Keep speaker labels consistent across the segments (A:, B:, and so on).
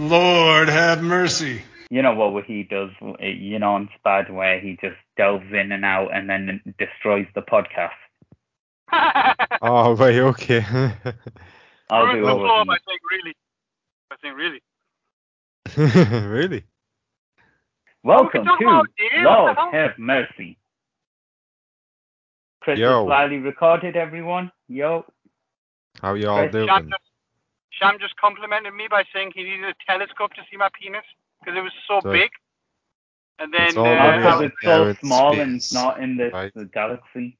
A: Lord have mercy.
B: You know what he does, eh, you know, on Spud, where he just delves in and out and then destroys the podcast.
C: Oh, right, okay.
B: I'll do
D: First of all,
B: it.
D: I
B: with
D: think really. I think really.
C: really?
B: Welcome
D: talk
B: to
D: about it, what
B: Lord
D: the hell?
B: Have Mercy. Chris
C: Yo.
B: is slightly recorded, everyone. Yo.
C: How y'all
B: Right,
C: doing?
D: Sham just, Sham just complimented me by saying he needed a telescope to see my penis because it was so
C: So-
D: big. And then
C: It's
D: uh,
C: all
B: How
C: Yeah,
B: come
D: I,
B: it's so
C: yeah, it's
B: small and
C: space,
B: not in this
C: right?
B: galaxy?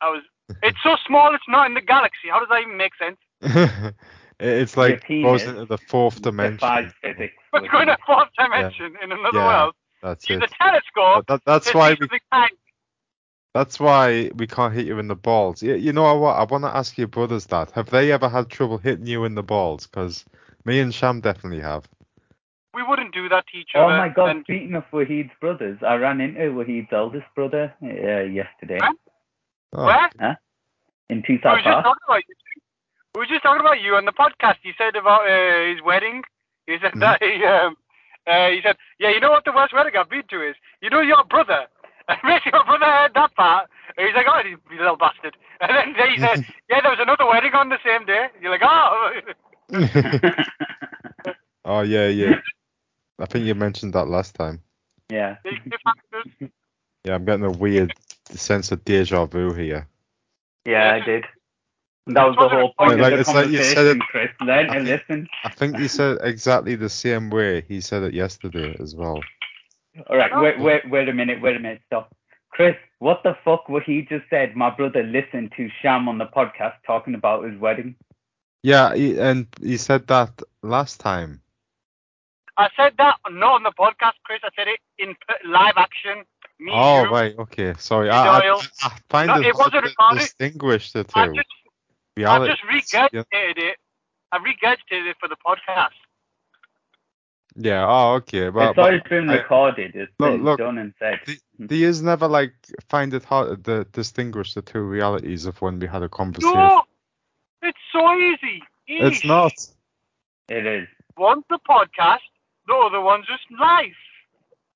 D: I was. It's so small. It's not in the galaxy. How does that even make sense?
C: It- it's like
B: penis
C: goes into the fourth dimension.
B: Defies physics.
D: But
B: with
D: you're in
B: it.
D: a fourth dimension in another
C: Yeah,
D: world.
C: That's
D: Use
C: it.
D: a telescope.
C: That- that- that's
D: to
C: why
D: see
C: we
D: the kind-
C: that's why we can't hit you in the balls. You, you know what? I want to ask your brothers that. Have they ever had trouble hitting you in the balls? Because me and Sham definitely have.
D: We wouldn't do that to each
B: Oh
D: other.
B: my god,
D: And
B: speaking of Wahid's brothers, I ran into Wahid's eldest brother uh, yesterday
D: Huh?
C: Oh,
D: where?
B: in
D: We
B: Tucson
D: were just
B: Park.
D: talking about you. two. We were just talking about you on the podcast. He said about uh, his wedding. He said
C: Mm-hmm.
D: that he um, uh, he said, yeah, you know what the worst wedding I've been to is, you know your brother. And basically your brother heard that part. And he's like, oh, you little bastard. And then they said, yeah, there was another wedding on the same day. You're like, oh.
C: oh yeah, yeah. I think you mentioned that last time.
B: yeah.
D: Big differences.
C: Yeah, I'm getting a weird sense of deja vu here.
B: Yeah, I did. That was the
D: That's
B: whole
D: what I-
B: point
C: Like,
B: of the
C: it's like you said
B: conversation,
C: it-
B: Chris. Learn
C: I
B: and
C: think-
B: listen.
C: I think you said exactly the same way he said it yesterday as well.
B: All right, wait, wait, wait a minute, wait a minute, stop. Chris, what the fuck what he just said? My brother listened to Sham on the podcast talking about his wedding.
C: Yeah, he, and he said that last time.
D: I said that not on the podcast, Chris. I said it in p- live action. Me
C: oh
D: too.
C: right, okay. Sorry, I, I,
D: Doyle.
C: I find
D: No,
C: it,
D: it
C: hard
D: wasn't
C: to
D: recorded.
C: distinguish the
D: I
C: two.
D: just I've
C: Reality.
D: just regurgitated it. I've regurgitated it for the podcast.
C: Yeah. Oh, okay. Well,
B: it's already been
C: I-
B: recorded. It's
C: Look,
B: been
C: look.
B: done and said.
C: The- the is never like find it hard to distinguish the two realities of when we had a conversation.
D: No, it's so easy.
C: it's
D: Eesh.
C: not.
B: It is.
D: One's the podcast, the other one's just life.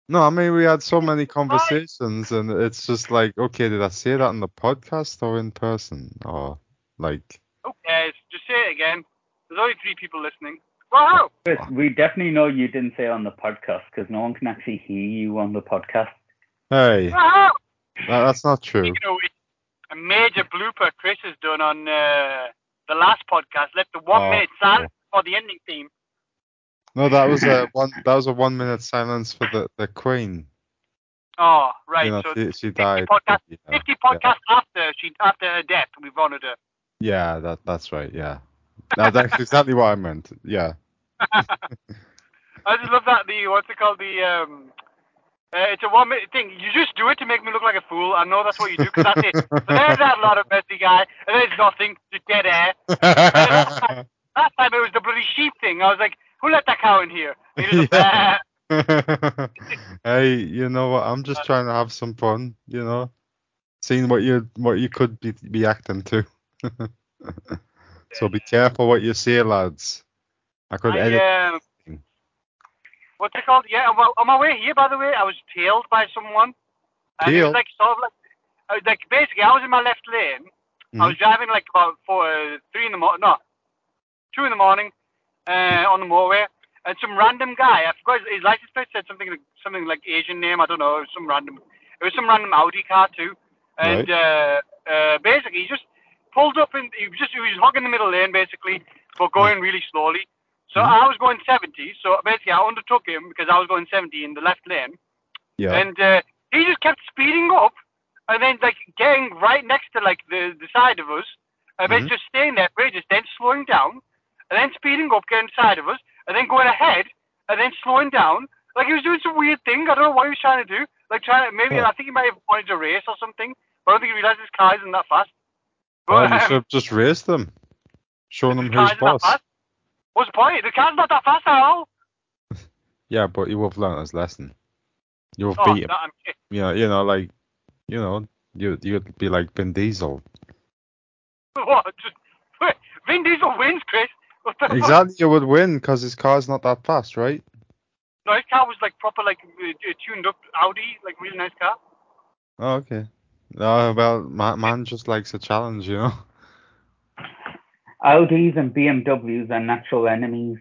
C: No, I mean we had so many conversations, and it's just like, okay, did I say that on the podcast or in person or like?
D: Who cares? Just say it again. There's only three people listening. Wow.
B: Chris, we definitely know you didn't say on the podcast because no one can actually hear you on the podcast.
C: Hey, that,
D: Wow.
C: that's not true.
D: You know, it's a major blooper Chris has done on uh, the last podcast. Left the one
C: Oh,
D: minute silence for the ending theme.
C: No, that was a one. That was a one minute silence for the the Queen.
D: Oh, right.
C: You know,
D: so
C: she, she died.
D: podcast-
C: yeah,
D: 50 podcasts after she after her death, we've honoured her.
C: Yeah, that that's right. Yeah, that, that's exactly what I meant. Yeah.
D: I just love that the what's it called the um. Uh, it's a one minute thing. You just do it to make me look like a fool. I know that's what you do 'cause that's it. But there's that lot of messy guy, and there's nothing, just dead air. Last time it was the bloody sheep thing. I was like, who let that cow in here? And he was like,
C: Yeah.
D: "Bah."
C: hey, you know what? I'm just trying to have some fun. You know, seeing what you what you could be be acting to. so be careful what you say, lads. I could edit.
D: I, um, what's it called? Yeah, well, on my way here, by the way, I was tailed by someone. And it was
C: Tailed?
D: like sort of like, I was like basically, I was in my left lane. I
C: Mm-hmm.
D: was driving like about four, uh, three in the morning, no, two in the morning, uh, on the motorway, and some random guy. I forgot his, his license plate said something like something like Asian name. I don't know. It was some random. It was some random Audi car too, and uh, uh, basically he just pulled up and he was just he was hogging the middle lane basically, but going really slowly. So
C: Mhm.
D: I was going 70. So basically I undertook him because I was going 70 in the left lane.
C: yeah.
D: And uh, he just kept speeding up and then like getting right next to like the, the side of us and then
C: Mhm.
D: just staying there for ages, then slowing down and then speeding up, getting side of us and then going ahead and then slowing down. Like he was doing some weird thing. I don't know what he was trying to do. Like trying to maybe
C: Huh.
D: I think he might have wanted to race or something. But I don't think he realized his car isn't that fast. But,
C: Well, you
D: um,
C: should have just raised them, shown them
D: the car's
C: who's
D: not
C: boss.
D: fast. What's the point? The car's not that fast at all.
C: Yeah, but you would have learned his lesson. You would
D: Oh,
C: beat him.
D: no, I'm kidding.
C: You know, you know, like, you know, you you'd be like Vin Diesel.
D: What? Just, Vin Diesel wins, Chris. What the fuck?
C: Exactly, you would win because his car's not that fast, right?
D: No, his car was like proper, like uh, uh, tuned up Audi, like really nice car.
C: Oh, okay. Oh, well, man, man just likes a challenge, you know?
B: Audis and BMWs are natural enemies,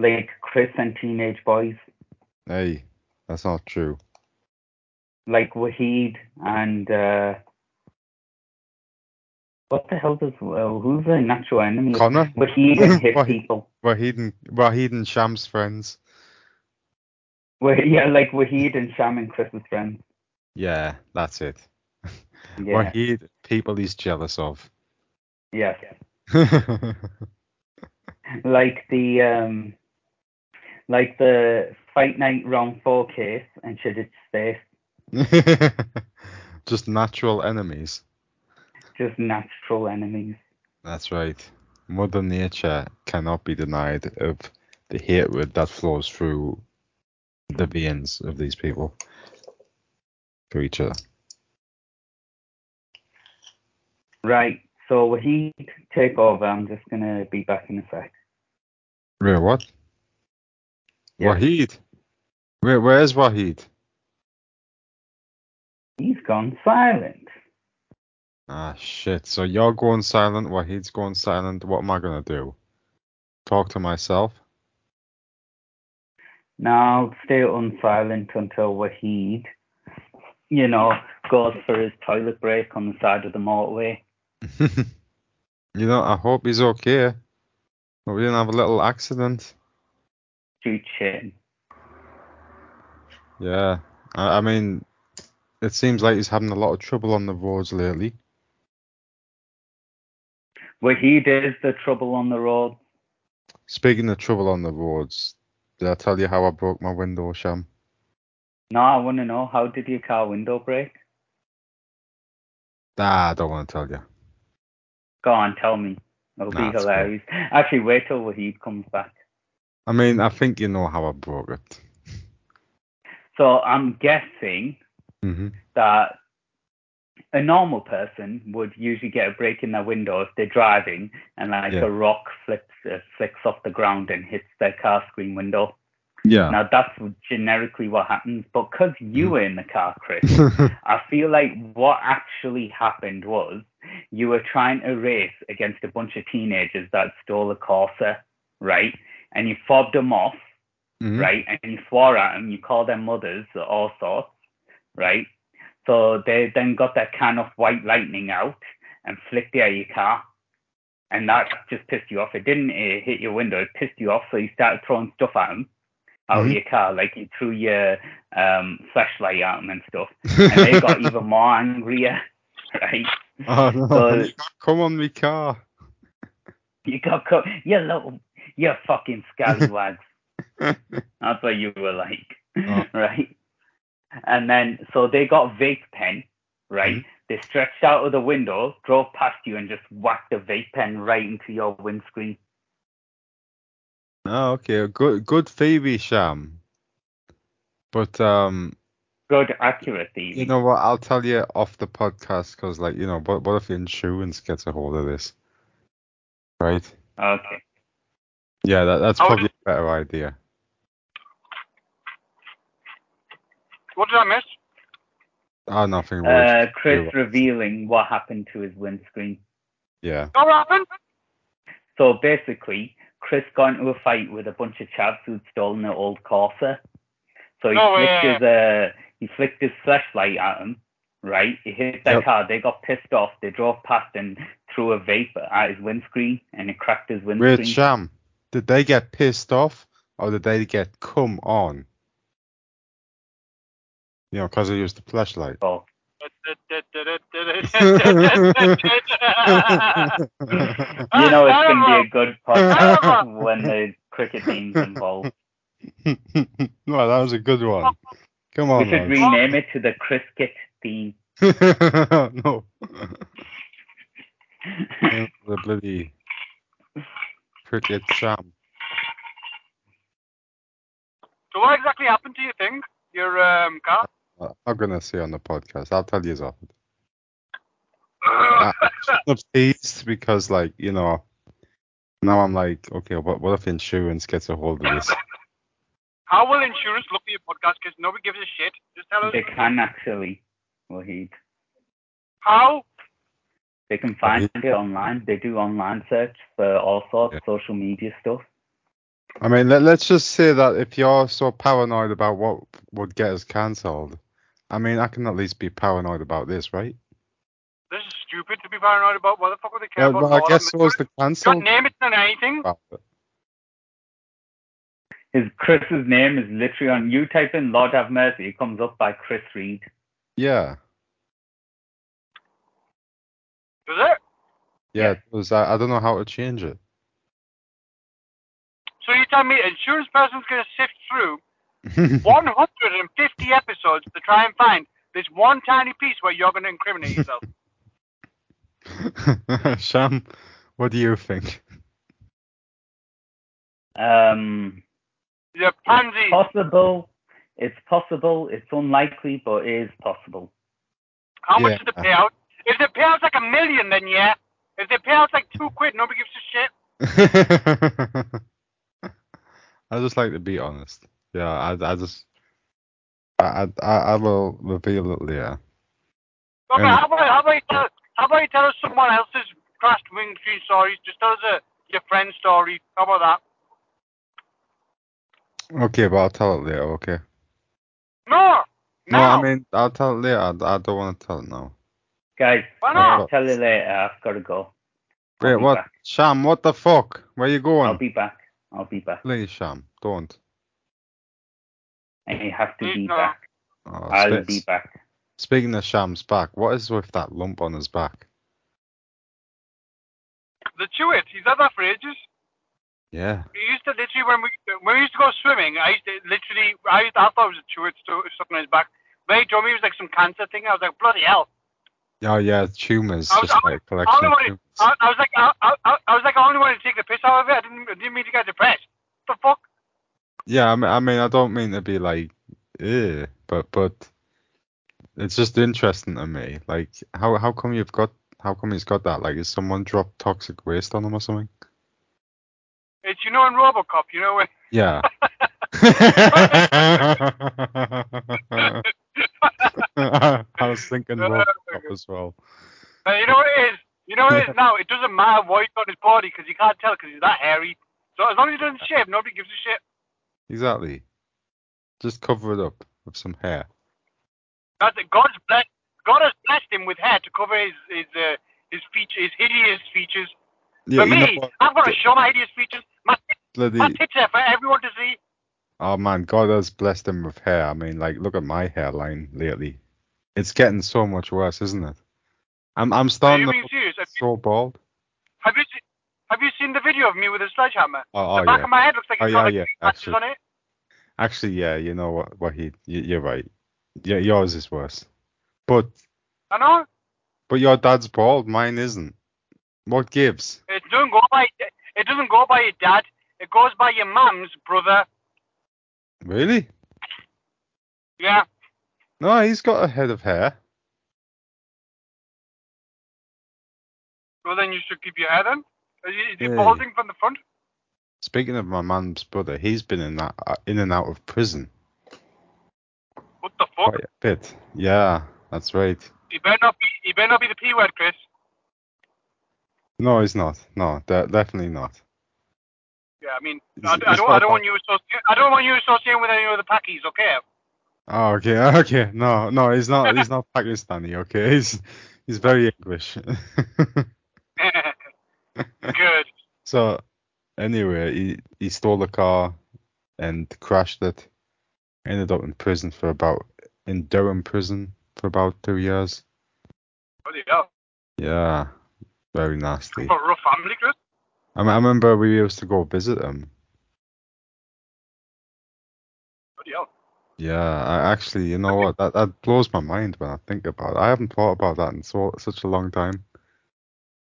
B: like Chris and teenage boys,
C: hey, that's not true.
B: like Wahid and uh, what the hell does well, who's a natural enemy?
C: Connor?
B: Wahid and his
C: Wahid.
B: people.
C: Wahid and, Wahid and Sham's friends.
B: Wah- yeah, like Wahid and Sham and Chris's friends.
C: Yeah, that's it.
B: Yeah,
C: Wahid, people he's jealous of.
B: yeah.
C: yeah,
B: Like the um, like the fight night round four case and shit. It's safe,
C: just natural enemies.
B: just natural enemies.
C: That's right. Mother Nature cannot be denied of the hatred that flows through the veins of these people for each other.
B: Right. So Wahid, take over. I'm just gonna be back in a sec.
C: Where what?
B: Yeah.
C: Wahid. Where where's Wahid?
B: He's gone silent.
C: Ah shit. So you're going silent, Wahid's going silent. What am I gonna do? Talk to myself?
B: Now stay unsilent until Wahid, you know, goes for his toilet break on the side of the motorway.
C: you know, I hope he's okay. But we didn't have a little accident.
B: Shoot shit.
C: Yeah. I, I mean it seems like he's having a lot of trouble on the roads lately.
B: Wahid is the trouble on the road.
C: Speaking of trouble on the roads, did I tell you how I broke my window, Sham?
B: No, I want to know how did your car window break?
C: Ah, I don't want to tell you.
B: Go on, tell me. It'll
C: Nah,
B: be
C: it's
B: hilarious. Actually, wait till Wahid comes back.
C: I mean, I think you know how I broke it.
B: So I'm guessing
C: hmm
B: that a normal person would usually get a break in their window if they're driving and like
C: Yeah.
B: a rock flips uh, flicks off the ground and hits their car screen window.
C: Yeah.
B: Now that's generically what happens, but because you were in the car, Chris,
C: Mm-hmm.
B: I feel like what actually happened was you were trying to race against a bunch of teenagers that stole a Corsa, right? And you fobbed them off,
C: Mhm.
B: right? And you swore at them, you called them mothers, all sorts, right? So they then got their can of white lightning out and flicked it at your car. And that just pissed you off. It didn't uh, hit your window, it pissed you off. So you started throwing stuff at them out of
C: Mhm.
B: your car, like you threw your um, flashlight at them and stuff. And they got even more angrier, right?
C: Oh, no,
B: So-
C: you can't come on me car.
B: You got co- you little, you fucking scallywags. That's what you were like,
C: Oh.
B: right? And then, so they got vape pen, right?
C: Mm-hmm.
B: They stretched out of the window, drove past you, and just whacked a vape pen right into your windscreen.
C: Oh, okay. Good, good Phoebe Sham. But um,
B: Good accuracy.
C: you know what? I'll tell you off the podcast because, like, you know, what, what if insurance gets a hold of this? Right?
B: okay.
C: Yeah, that, that's
B: Oh,
D: I would-
C: probably a better idea.
D: What did I miss?
C: Oh, nothing worse.
B: Uh, Chris
C: You're right.
B: revealing what happened to his windscreen.
C: yeah.
D: What happened?
B: So basically, Chris got into a fight with a bunch of chavs who'd stolen an old Corsa. So he
D: No
B: flicked
D: way.
B: his uh, he flicked his flashlight at him, right? He hit their
C: Yep.
B: car. They got pissed off. They drove past and threw a vape at his windscreen, and it cracked his windscreen.
C: Weird Sham. Did they get pissed off or did they get come on? You know, because I used the flashlight.
B: So, you know it's going to be a good podcast when the cricket team's involved.
C: well, that was a good one. Come
B: We
C: on,
B: should
C: lads.
B: rename it to the Cricket Team.
C: no. the bloody cricket sham.
D: So what exactly happened to your thing? Your um, car?
C: I'm not gonna say on the podcast. I'll tell you off.
D: Uh,
C: Ah, I'm teased because, like, you know, Now I'm like, okay, what what if insurance gets a hold of this?
D: How will insurance look at your podcast? Because nobody gives a shit. Just tell us
B: They can actually, Wahid.
D: how.
B: They can find it online. They do online search for all sorts
C: Yeah.
B: social media stuff.
C: I mean, let, let's just say that if you're so paranoid about what would get us cancelled, I mean, I can at least be paranoid about this, right?
D: This is stupid to be paranoid about. What the fuck would they care
C: Yeah,
D: about?
C: Uh, well, I
D: law?
C: guess so is
D: You
C: the cancel.
D: can't name it than anything.
C: about it.
B: His Chris's name is literally on. You type in Lord have mercy, it comes up by Chris Reed.
C: Yeah,
D: Is it?
C: yeah. It was, I, I don't know how to change it.
D: So you tell me, insurance person's going to sift through 150 episodes to try and find this one tiny piece where you're going to incriminate yourself.
C: Sham, what do you think?
B: Um,
D: You're pansy.
B: possible. It's possible. It's unlikely, but it is possible.
D: How much
C: Yeah.
D: is the payout? If the payout's like a million, then yeah. If the payout's like two quid, nobody gives a shit.
C: I just like to be honest. Yeah, I, I just, I, I, I will reveal it later.
D: Okay,
C: Yeah.
D: how about how about you tell how about you tell us someone else's crashed wing tree stories? Just tell us a, your friend's story. How about that?
C: Okay, but I'll tell it later. Okay.
D: No, no.
C: No, I mean, I'll tell it later. I, I don't want to tell it now.
B: Guys,
C: uh,
D: Why
B: I'll
D: not?
B: tell you later. I've got to go. I'll
C: Wait,
B: be
C: what?
B: back.
C: Sham, what the fuck? Where you going?
B: I'll be back. I'll be back.
C: Please, Sham, don't.
B: And you have to be
D: No.
B: back.
C: Oh,
B: I'll
C: spe-
B: be back.
C: Speaking of Sham's back, what is with that lump on his back?
D: The Chewit, he's had that for ages.
C: Yeah.
D: We used to literally when we when we used to go swimming, I used to literally I used to, I thought it was a Chewit sto- stuck on his back. But he told me it was like some cancer thing. I was like bloody hell.
C: Oh, yeah, tumors.
D: I was-
C: Just
D: I was-
C: like
D: I
C: collection
D: only
C: of
D: wanted,
C: tumors.
D: I, I was like I, I, I I was like I only wanted to take the piss out of it. I didn't I didn't mean to get depressed. What the fuck?
C: Yeah, I mean, I mean, I don't mean to be like, eh, but but it's just interesting to me. Like, how how come you've got how come he's got that? Like, has someone dropped toxic waste on him or something?
D: It's you know in RoboCop, you know when
C: Yeah. I was thinking Robocop as well.
D: Uh, you know what it is? You know what it is now? It doesn't matter what he's got on his body because you can't tell because he's that hairy. So as long as he doesn't shave, nobody gives a shit.
C: Exactly. Just cover it up with some hair.
D: That's it. God's blessed. God has blessed him with hair to cover his his uh, his feature, his hideous features.
C: Yeah,
D: For
C: you know
D: me,
C: what?
D: I've got to show my hideous features. My, my
C: Bloody,
D: tits are for everyone to see.
C: oh man, God has blessed him with hair. I mean, like, look at my hairline lately. It's getting so much worse, isn't it? I'm I'm
D: Are
C: starting
D: you
C: to
D: being
C: look
D: serious? Have you,
C: so bald.
D: have you seen, have you seen the video of me with a sledgehammer?
C: Oh,
D: the
C: oh
D: back
C: yeah,
D: of my head looks like
C: oh
D: it's got
C: yeah,
D: like
C: yeah.
D: patches
C: Actually,
D: on it.
C: actually, yeah. You know what? What he? You, you're right. Yeah, yours is worse. But
D: I know.
C: but your dad's bald. Mine isn't. What gives?
D: It doesn't go by it doesn't go by your dad. It goes by your mum's brother.
C: Really?
D: Yeah.
C: No, he's got a head of hair.
D: Well, then you should keep your hair then. Is he, is he
C: Yeah.
D: balding from the front?
C: Speaking of my mum's brother, he's been in that uh, in and out of prison
D: What the fuck?
C: quite a bit. Yeah, that's right.
D: He better not be. He better not be the p word, Chris.
C: No, he's not. No, de- definitely not.
D: Yeah, I mean,
C: He's-
D: I, I
C: he's
D: don't.
C: not
D: I
C: a
D: don't
C: bad-
D: want you associating. I don't want you associating with any of the packies. Okay.
C: Oh, okay, okay. No, no, he's not. He's not Pakistani. Okay, he's he's very English.
D: Good.
C: so anyway, he he stole a car and crashed it. Ended up in prison for about in Durham prison for about two years.
D: Bloody hell.
C: Yeah, very nasty.
D: You've got a rough family, Chris.
C: I, me- I remember we used to go visit him.
D: Bloody hell.
C: Yeah, I actually, you know what? That that blows my mind when I think about it. I haven't thought about that in so such a long time.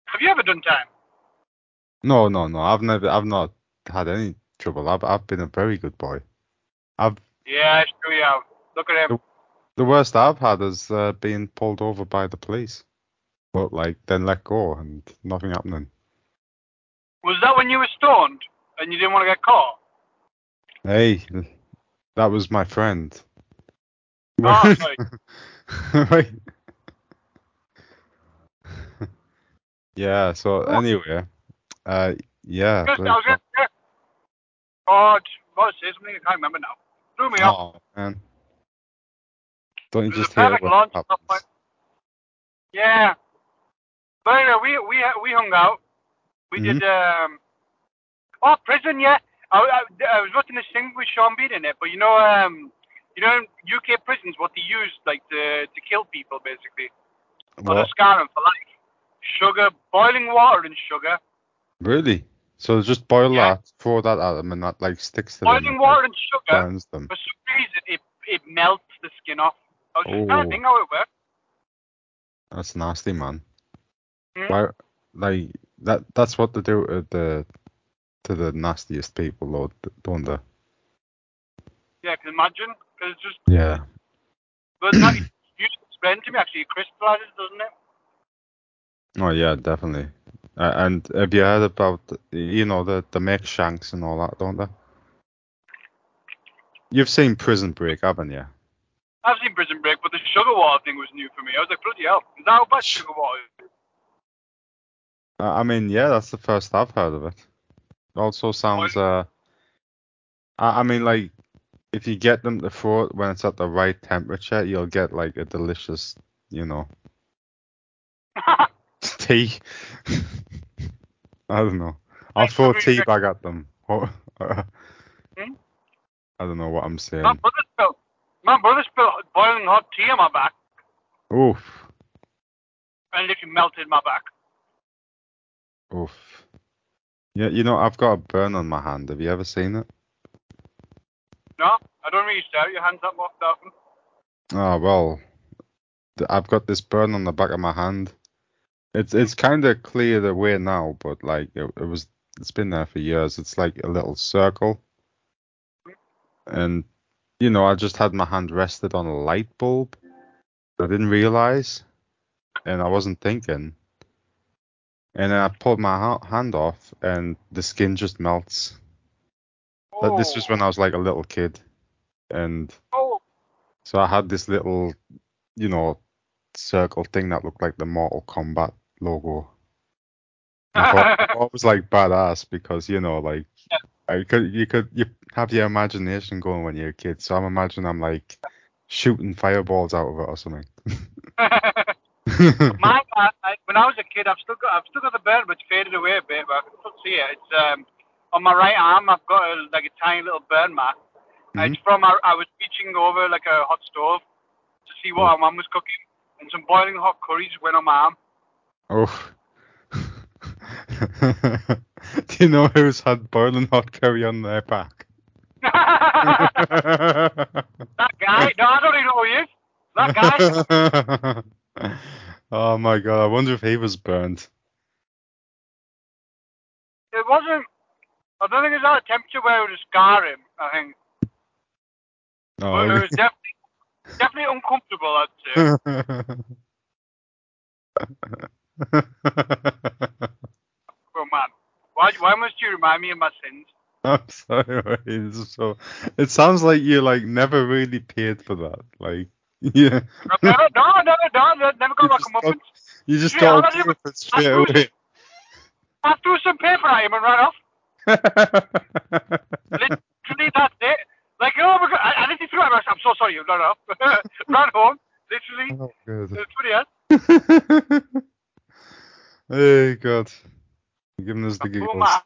D: Have you ever done time?
C: No, no, no. I've never, I've not had any trouble. I've, I've been a very good boy. I've
D: Yeah, sure you have. Look at him.
C: the worst I've had is uh, being pulled over by the police, but like then let go and nothing happening.
D: Was that when you were stoned and you didn't want to get caught?
C: Hey, that was my friend.
D: Oh, sorry.
C: Right. yeah. So anyway, uh, yeah.
D: Just, I was gonna, yeah. God, what was it? Something I can't remember now. Threw me off.
C: oh man. Don't you
D: It was
C: just
D: a
C: hear
D: perfect
C: what
D: launch,
C: happens?
D: not Yeah. But anyway, we we we hung out. We did
C: Mm-hmm.
D: um. Oh, prison, yeah. I, I, I was watching this thing with Sean Bean in it, but you know um, you know in UK prisons what they use like to to kill people basically, or to
C: What?
D: scar them for life. Sugar, boiling water and sugar,
C: Really? So just boil
D: Yeah.
C: that, throw that at them, and that like sticks to them.
D: boiling
C: and,
D: water
C: like,
D: and sugar.
C: Burns them.
D: For some reason, it it melts the skin off. I was just trying
C: Oh.
D: to think how it works.
C: That's nasty, man.
D: Hmm?
C: Why? Like that? That's what they do to the to the nastiest people, Lord. Don't they?
D: Yeah, I can imagine. 'Cause it's just
C: Yeah.
D: But that, you just explained to me actually, it crystallizes, doesn't it?
C: Oh yeah, definitely. Uh, and have you heard about you know the the make shanks and all that, don't they? You've seen Prison Break, haven't you?
D: I've seen Prison Break, but the sugar water thing was new for me. I was like, bloody hell, is that how bad sugar water is?
C: I I mean, yeah, that's the first I've heard of it. Also sounds uh, I, I mean like if you get them to throw it when it's at the right temperature, you'll get like a delicious, you know, tea. I don't know. I'll
D: Like,
C: throw a
D: we-
C: tea bag at them. What-
D: Hmm?
C: I don't know what I'm saying.
D: my brother spilled, my brother spilled boiling hot tea on my back,
C: Oof,
D: and it literally melted my back.
C: oof. Yeah, you know I've got a burn on my hand. Have you ever seen it?
D: No, I don't really stare at your hands that much that often.
C: Oh well, th- I've got this burn on the back of my hand. It's it's kind of cleared away now, but like it, it was, it's been there for years. It's like a little circle, and you know I just had my hand rested on a light bulb. I didn't realize, and I wasn't thinking. And then I pulled my ha- hand off, and the skin just melts. But This was when I was like a little kid, and
D: Oh,
C: So I had this little, you know, circle thing that looked like the Mortal Kombat logo. I thought, I thought it was like badass because you know, like I could, you could, you have your imagination going when you're a kid. So I'm imagining I'm like shooting fireballs out of it or something.
D: Mine, I, I, when I was a kid, I've still got, I've still got the burn, but it's faded away a bit, but I can still see it. It's um, on my right arm. I've got a, like a tiny little burn mark. It's from I, I was reaching over like a hot stove to see what our mum was cooking, and some boiling hot curries went on my arm.
C: oh. Do you know who's had boiling hot curry on their back?
D: that guy? No, I don't even know who he is. That guy?
C: oh my god, I wonder if he was burned.
D: It wasn't. I don't think it was at a temperature where it would scar him. I think,
C: Oh, Hmm.
D: but it was definitely definitely uncomfortable. I'd say.
C: I'm
D: Oh man, why why must you remind me of my sins?
C: sorry, mate, this is so it sounds like you like never really paid for that. Like, yeah,
D: I've never, no, no, no, no, never got
C: You
D: my
C: just
D: comeuppance.
C: you just
D: Yeah,
C: got
D: I
C: to
D: was-
C: pay for it straight
D: I was-
C: away.
D: I threw some paper at him and ran off. literally that's it. Like, oh my god, I, I literally threw it. I was- I'm so sorry, you no, no. Ran home, literally.
C: oh, God.
D: It's funny, huh?
C: Oh, hey, God, You're giving us the
D: Oh,
C: giggles.
D: my.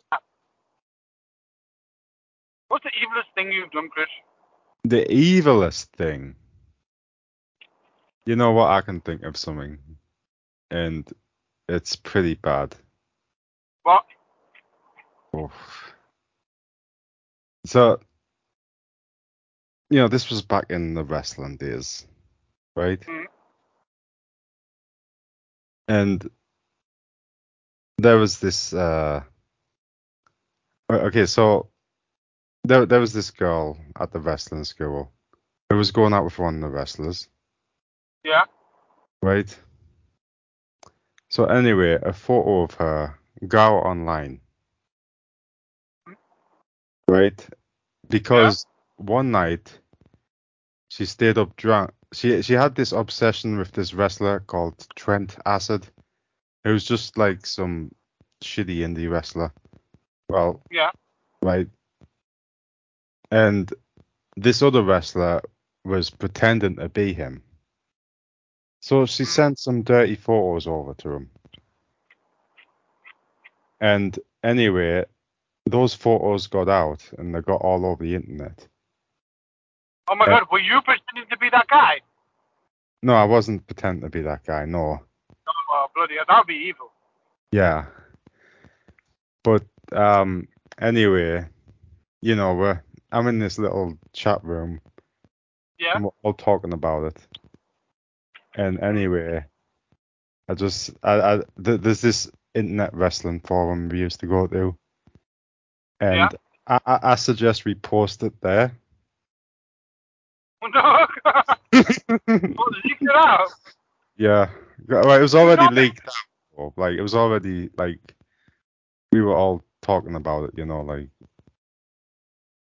D: What's the evilest thing you've done, Chris?
C: The evilest thing. You know what? I can think of something, and it's pretty bad.
D: What?
C: Oof. So, you know, this was back in the wrestling days, right?
D: Mhm.
C: And there was this. Uh, o- okay, so there there was this girl at the wrestling school who was going out with one of the wrestlers,
D: Yeah.
C: right? So anyway, a photo of her got out uh, online, right? Because one night she stayed up drunk. She she had this obsession with this wrestler called Trent Acid. It was just like some shitty indie wrestler. Well,
D: Yeah.
C: right? And this other wrestler was pretending to be him. So she sent some dirty photos over to him. And anyway, those photos got out and they got all over the internet.
D: Oh my
C: Yeah.
D: god, were you pretending to be that guy?
C: No, I wasn't pretending to be that guy, no.
D: Oh, bloody hell, that would be evil.
C: Yeah. But um anyway, you know, we're I'm in this little chat room
D: Yeah.
C: and we're all talking about it. And anyway, I just I, I th- there's this internet wrestling forum we used to go to, and
D: Yeah.
C: I, I I suggest we post it there.
D: No, well, leak it out.
C: yeah, well, it was already
D: Not-
C: leaked. Out. Like it was already like we were all talking about it, you know, like.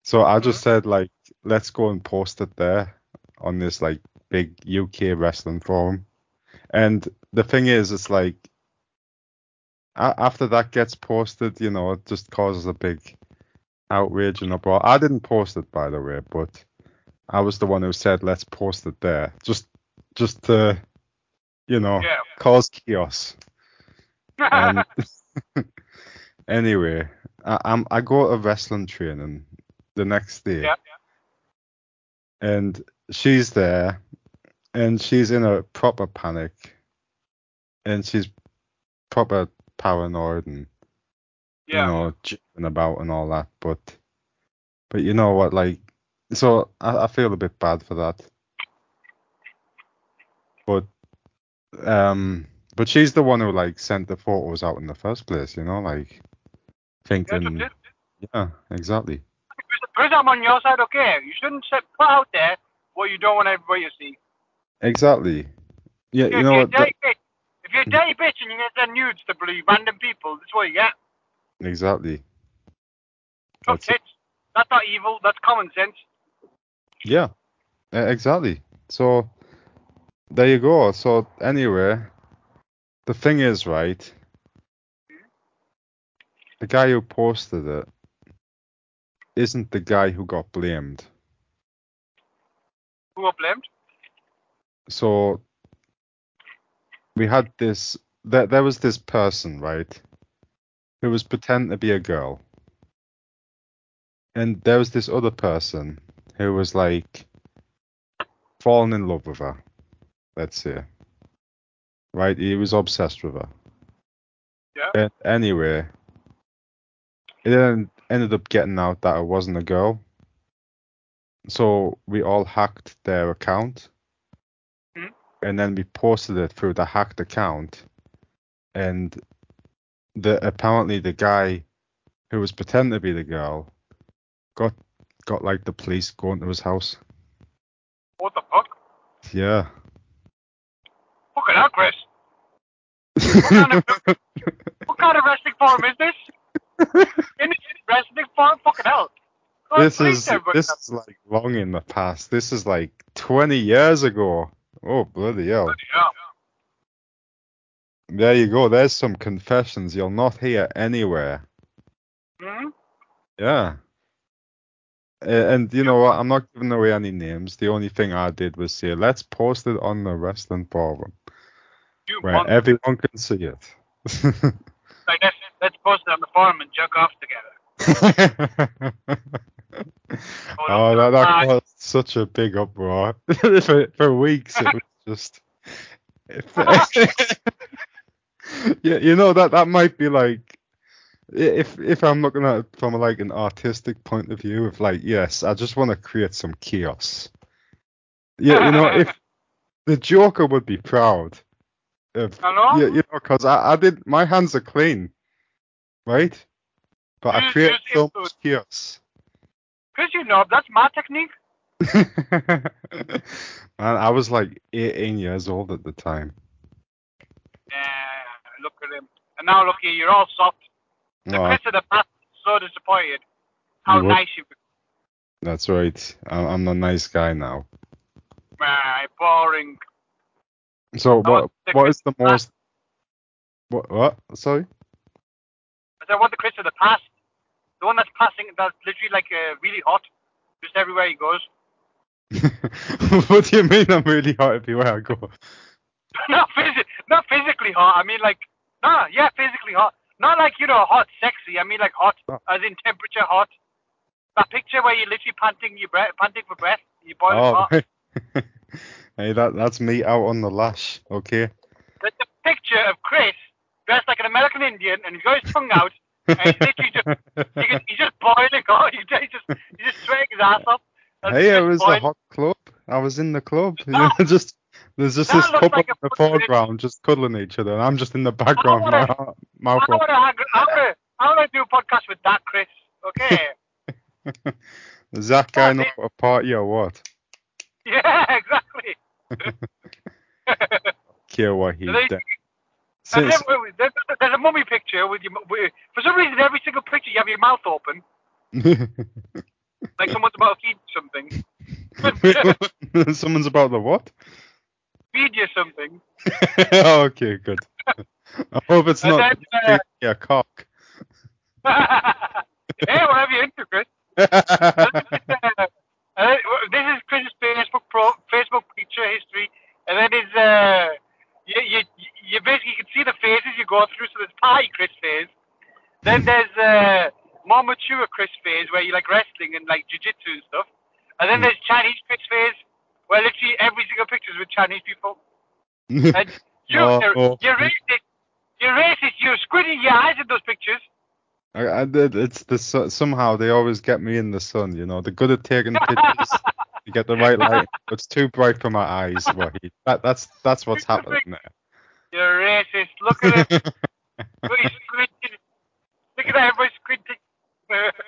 C: So
D: Mm-hmm.
C: I just said like, let's go and post it there on this like big UK wrestling forum, and the thing is, it's like a- after that gets posted, you know, it just causes a big outrage and uproar. I didn't post it by the way, but I was the one who said let's post it there, just just to, you know,
D: Yeah.
C: cause chaos. And anyway, I, I'm I go to wrestling training the next day,
D: yeah.
C: and she's there, and she's in a proper panic, and she's proper paranoid and
D: Yeah.
C: you know jittering about and all that. But but you know what, like, so I, I feel a bit bad for that. But um, but she's the one who like sent the photos out in the first place, you know, like
D: Yeah, just-
C: thinking.
D: just-
C: Yeah, exactly.
D: just Put them on your side, okay? You shouldn't set, put out there what you don't want everybody to see.
C: Exactly. Yeah, you
D: if, you're
C: know
D: a
C: what? that-
D: dirty bitch, if you're a dirty bitch and you get their nudes to believe random people, that's what you get.
C: exactly.
D: Tough
C: That's it.
D: tits. That's not evil, that's common sense.
C: Yeah, e- exactly. So there you go. So anyway, the thing is, right? The guy who posted it isn't the guy who got blamed.
D: Who are blamed?
C: So we had this. There, there was this person, right? Who was pretending to be a girl. And there was this other person who was like falling in love with her. Let's say. Right? He was obsessed with her.
D: Yeah.
C: And anyway, it then ended up getting out that it wasn't a girl. So we all hacked their account.
D: Mhm.
C: And then we posted it through the hacked account. And the apparently the guy who was pretending to be the girl got got like the police going to his house.
D: What the fuck?
C: Yeah.
D: Fucking hell, Chris. kind of- What kind of wrestling forum is this? Innocent wrestling forum? Fucking hell. God,
C: this
D: please,
C: is
D: everybody.
C: this is like long in the past. This is like 20 years ago. Oh bloody hell!
D: Yeah.
C: There you go. There's some confessions you'll not hear anywhere.
D: Mhm.
C: Yeah. A- And you know what? I'm not giving away any names. The only thing I did was say, let's post it on the wrestling forum
D: You
C: where
D: monster.
C: everyone can see it.
D: Like, let's, let's post it on the forum and jerk off together.
C: oh, that, that caused such a big uproar for, for weeks. It was just, yeah, you know that that might be like, i- if if I'm looking at it from like an artistic point of view, of like, yes, I just want to create some chaos. Yeah, you know, if the Joker would be proud of
D: Hello?
C: yeah, you know, because I, I did my hands are clean, right? But I
D: Use-
C: create
D: use
C: so much
D: input.
C: chaos.
D: Chris, you know, that's my technique.
C: Man, I was like 18 years old at the time.
D: Yeah, Uh, look at him. And now look here, you're all soft. The
C: Oh,
D: Chris of the past is so disappointed. how
C: You would?
D: nice you've
C: That's right. I- I'm the nice guy now.
D: been. Ah, boring.
C: So
D: I
C: what?
D: want the
C: What is the
D: Christmas
C: most? What? What? Sorry.
D: I said, what the Chris of the past? The one that's passing, that's literally like uh, really hot, just everywhere he goes.
C: what do you mean? I'm really hot everywhere I go.
D: not phys- not physically hot. I mean like, no, yeah, physically hot. Not like you know, hot, sexy. I mean like hot,
C: Oh.
D: as in temperature hot. That picture where you're literally panting your breath, panting for breath, you're boiling
C: Oh.
D: hot.
C: hey, that that's me out on the lash. Okay.
D: There's a picture of Chris dressed like an American Indian, and he's got his tongue out, and he's literally just you can, he's just boiling hot. He's just he's just sweating his ass off. And
C: Hey,
D: he's
C: I
D: just
C: was a
D: boiling.
C: hot club. I was in the club. You know, just there's just
D: That
C: this
D: looks
C: couple
D: like
C: in
D: a
C: the
D: fucking-
C: foreground just cuddling each other, and I'm just in the background. with My heart-
D: I
C: mouth
D: want
C: open.
D: to I want to I want to do a podcast with that Chris. Okay.
C: Does that
D: Yeah,
C: guy
D: they-
C: know a party or what?
D: yeah, exactly.
C: Care what he
D: They-
C: did.
D: And
C: Since,
D: then, there's, there's a mummy picture with your. mu- With, for some reason, every single picture you have your mouth open, like someone's about to feed you something,
C: someone's about the what? Oh,
D: feed you something.
C: okay, good. I hope it's
D: And
C: not
D: then, uh,
C: yeah cock.
D: hey, whatever you're into, Chris.
C: yeah,
D: Uh, this is Chris's Facebook pro, Facebook picture history, and then his. Uh, you, you, you basically can see the phases you go through. So there's party Chris phase, then there's uh, more mature Chris phase where you like wrestling and like jujitsu and stuff, and then
C: Hmm.
D: there's Chinese Chris phase where literally every single picture is with Chinese people. And you,
C: Oh,
D: you're,
C: oh.
D: you're racist. You're racist. You're squinting your eyes at those pictures.
C: I, I did, it's the su- somehow they always get me in the sun. You know, they're good at taking pictures. you get the right light. but It's too bright for my eyes. Wahid. That, that's that's what's happening
D: You're racist. Look at him.
C: there.
D: Look at him squinting. Look at that. Everybody's Uh, squinting.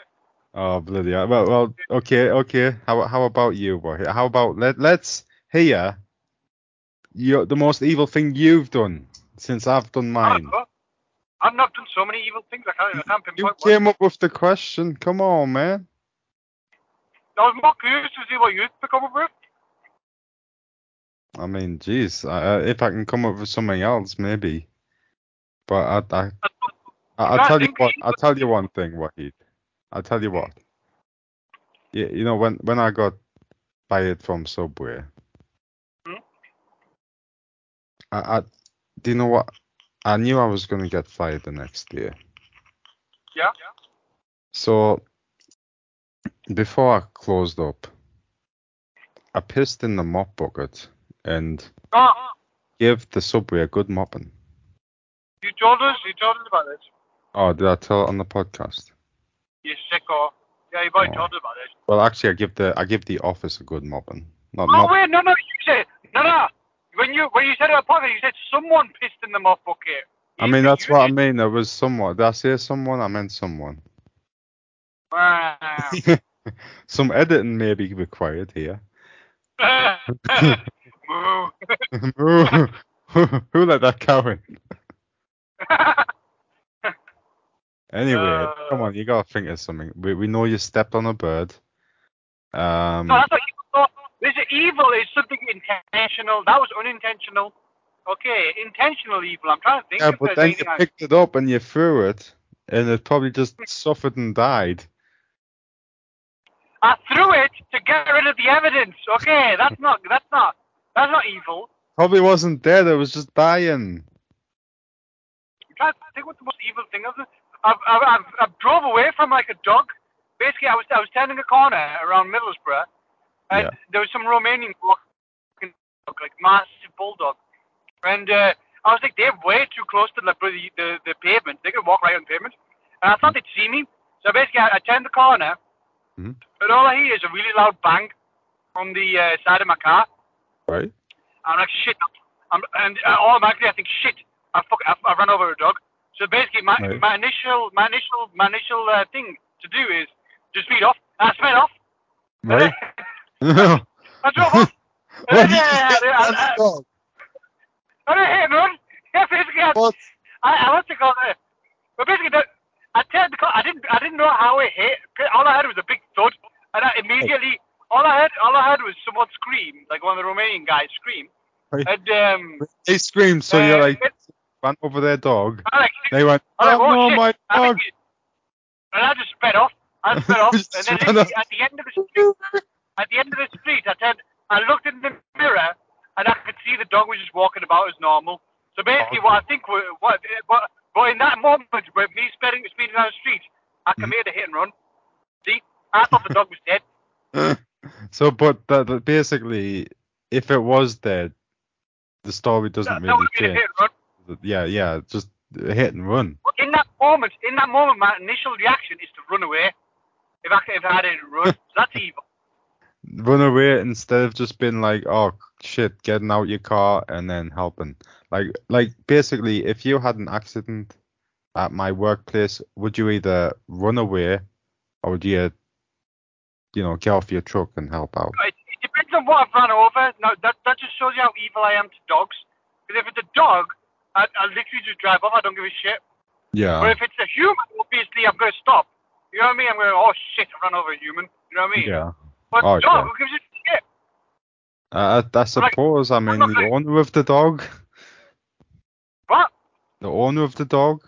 C: Oh bloody hell. Well, well, okay, okay. How how about you, boy? How about let let's hear your the most evil thing you've done since I've done
D: I
C: mine.
D: don't know. I've not done so many evil things. I can't, I can't
C: You
D: pinpoint one.
C: came up with the question. Come on, man.
D: I was more curious to see what you'd become of it.
C: I mean, jeez. I- I- If I can come up with something else, maybe. But I I I- I'll
D: That
C: tell you
D: thing-
C: what. I'll tell you one thing, Wahid. I'll tell you what. You, you know when when I got fired from Subway,
D: Hmm?
C: I, I do you know what? I knew I was gonna get fired the next day.
D: Yeah.
C: So before I closed up, I pissed in the mop bucket and
D: Oh,
C: gave the Subway a good mopping.
D: you told us. You told us about this.
C: Oh, did I tell it on the podcast?
D: You sicko. Yeah, you both
C: Oh.
D: told us about this.
C: Well, actually, I give the I give the office a good mopping. Not
D: Oh
C: mop.
D: wait, no, no. You said no, no. When you when you said about pocket, you said someone pissed in the mop bucket.
C: I
D: You
C: mean,
D: said
C: that's
D: Oh, you
C: what I
D: did.
C: mean. There was someone. Did I say someone? I meant someone.
D: Wow.
C: Some editing may be required here.
D: Moo.
C: Who who let that cow in? Anyway,
D: Uh.
C: come on, you gotta think of something. We we know you stepped on a bird. Um,
D: no, that's not evil. No, This is evil is something intentional. That was unintentional. Okay, intentional evil. I'm trying to think
C: yeah,
D: if
C: but
D: there's
C: then you
D: anything I-
C: picked it up and you threw it, and it probably just
D: Hmm.
C: suffered and died.
D: I threw it to get rid of the evidence. Okay, that's not that's not that's not evil.
C: Probably wasn't dead. It was just dying.
D: I'm trying to think what the most evil thing is. I've I've, I've, I've drove away from like a dog. Basically, I was I was turning a corner around Middlesbrough, and
C: Yeah.
D: there was some Romanian walking dog, like massive bulldog, and uh, I was like they're way too close to like, the the the pavement. They could walk right on pavement, and I thought they'd see me. So basically, I, I turned the corner,
C: Mhm.
D: but all I hear is a really loud bang on the uh, side of my car.
C: Right?
D: I'm like, shit. I'm, and uh, automatically I think, shit. I fuck. I, I ran over a dog. So basically, my,
C: Right.
D: my initial, my initial, my initial uh, thing to do is to speed off. And I sped off.
C: Right? what
D: I drove off.
C: did
D: And, uh,
C: you just get
D: I-
C: that
D: I-
C: dog?
D: I don't hit and run. Yeah, basically, I,
C: What?
D: I, I what's it called? Uh, but basically, the, I turned the car. I didn't. I didn't know how it hit. 'cause All I heard was a big thud, and I immediately all I heard all I heard was someone scream, like one of the Romanian guys scream.
C: Right.
D: And um,
C: They screamed, so
D: uh,
C: you're like,
D: it-
C: ran over their dog.
D: I like,
C: They went,
D: I
C: oh
D: like, oh,
C: no,
D: shit.
C: my
D: I think
C: dog.
D: it- and I just sped off. I sped off, and
C: Just
D: then
C: ran
D: literally
C: off.
D: at the end of the street, at the end of the street, I turned, I looked in the mirror, and I could see the dog was just walking about as normal. So basically, what I think, was, what, what, but in that moment, with me speeding, speeding down the street, I
C: Mm-hmm.
D: committed a hit and run. See, I thought the dog was dead.
C: So, but that, that basically, if it was dead, the story
D: That, that
C: doesn't really
D: would have been a
C: change.
D: hit and run.
C: Yeah, yeah, just hit and run.
D: But in that moment, in that moment, my initial reaction is to run away. If I, if I had it run, so that's evil.
C: run away instead of just being like, oh shit, getting out your car and then helping. Like, like basically, if you had an accident at my workplace, would you either run away or would you, you know, get off your truck and help out?
D: it, it depends on what I've run over. No, that that just shows you how evil I am to dogs. Because if it's a dog, I, I literally just drive off. I don't give a shit. But
C: Yeah,
D: if it's a human, obviously I'm gonna stop. You know what I mean? I'm going, oh shit, I ran over a human. You know what I mean?
C: yeah.
D: But
C: Oh,
D: a dog,
C: yeah.
D: who gives a shit?
C: I, I- I suppose. I mean, the owner of the dog,
D: What?
C: the owner of the dog,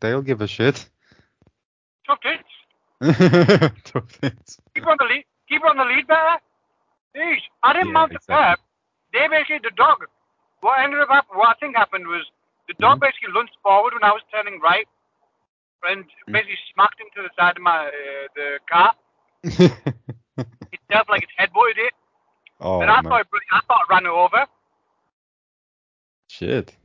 C: they'll give a shit.
D: Tough tits.
C: Tough things.
D: Keep her on the lead. Keep her on the lead better. Jeez, I didn't
C: Yeah,
D: mount the
C: exactly.
D: curb. They basically the dog. What ended up happening? What I think happened was the dog
C: Mhm.
D: basically lunged forward when I was turning right, and
C: Mm-hmm.
D: basically smacked into the side of my uh, the car. It felt like its head butted it,
C: oh,
D: and I
C: man.
D: thought, it, bl- I thought it ran it over,
C: shit.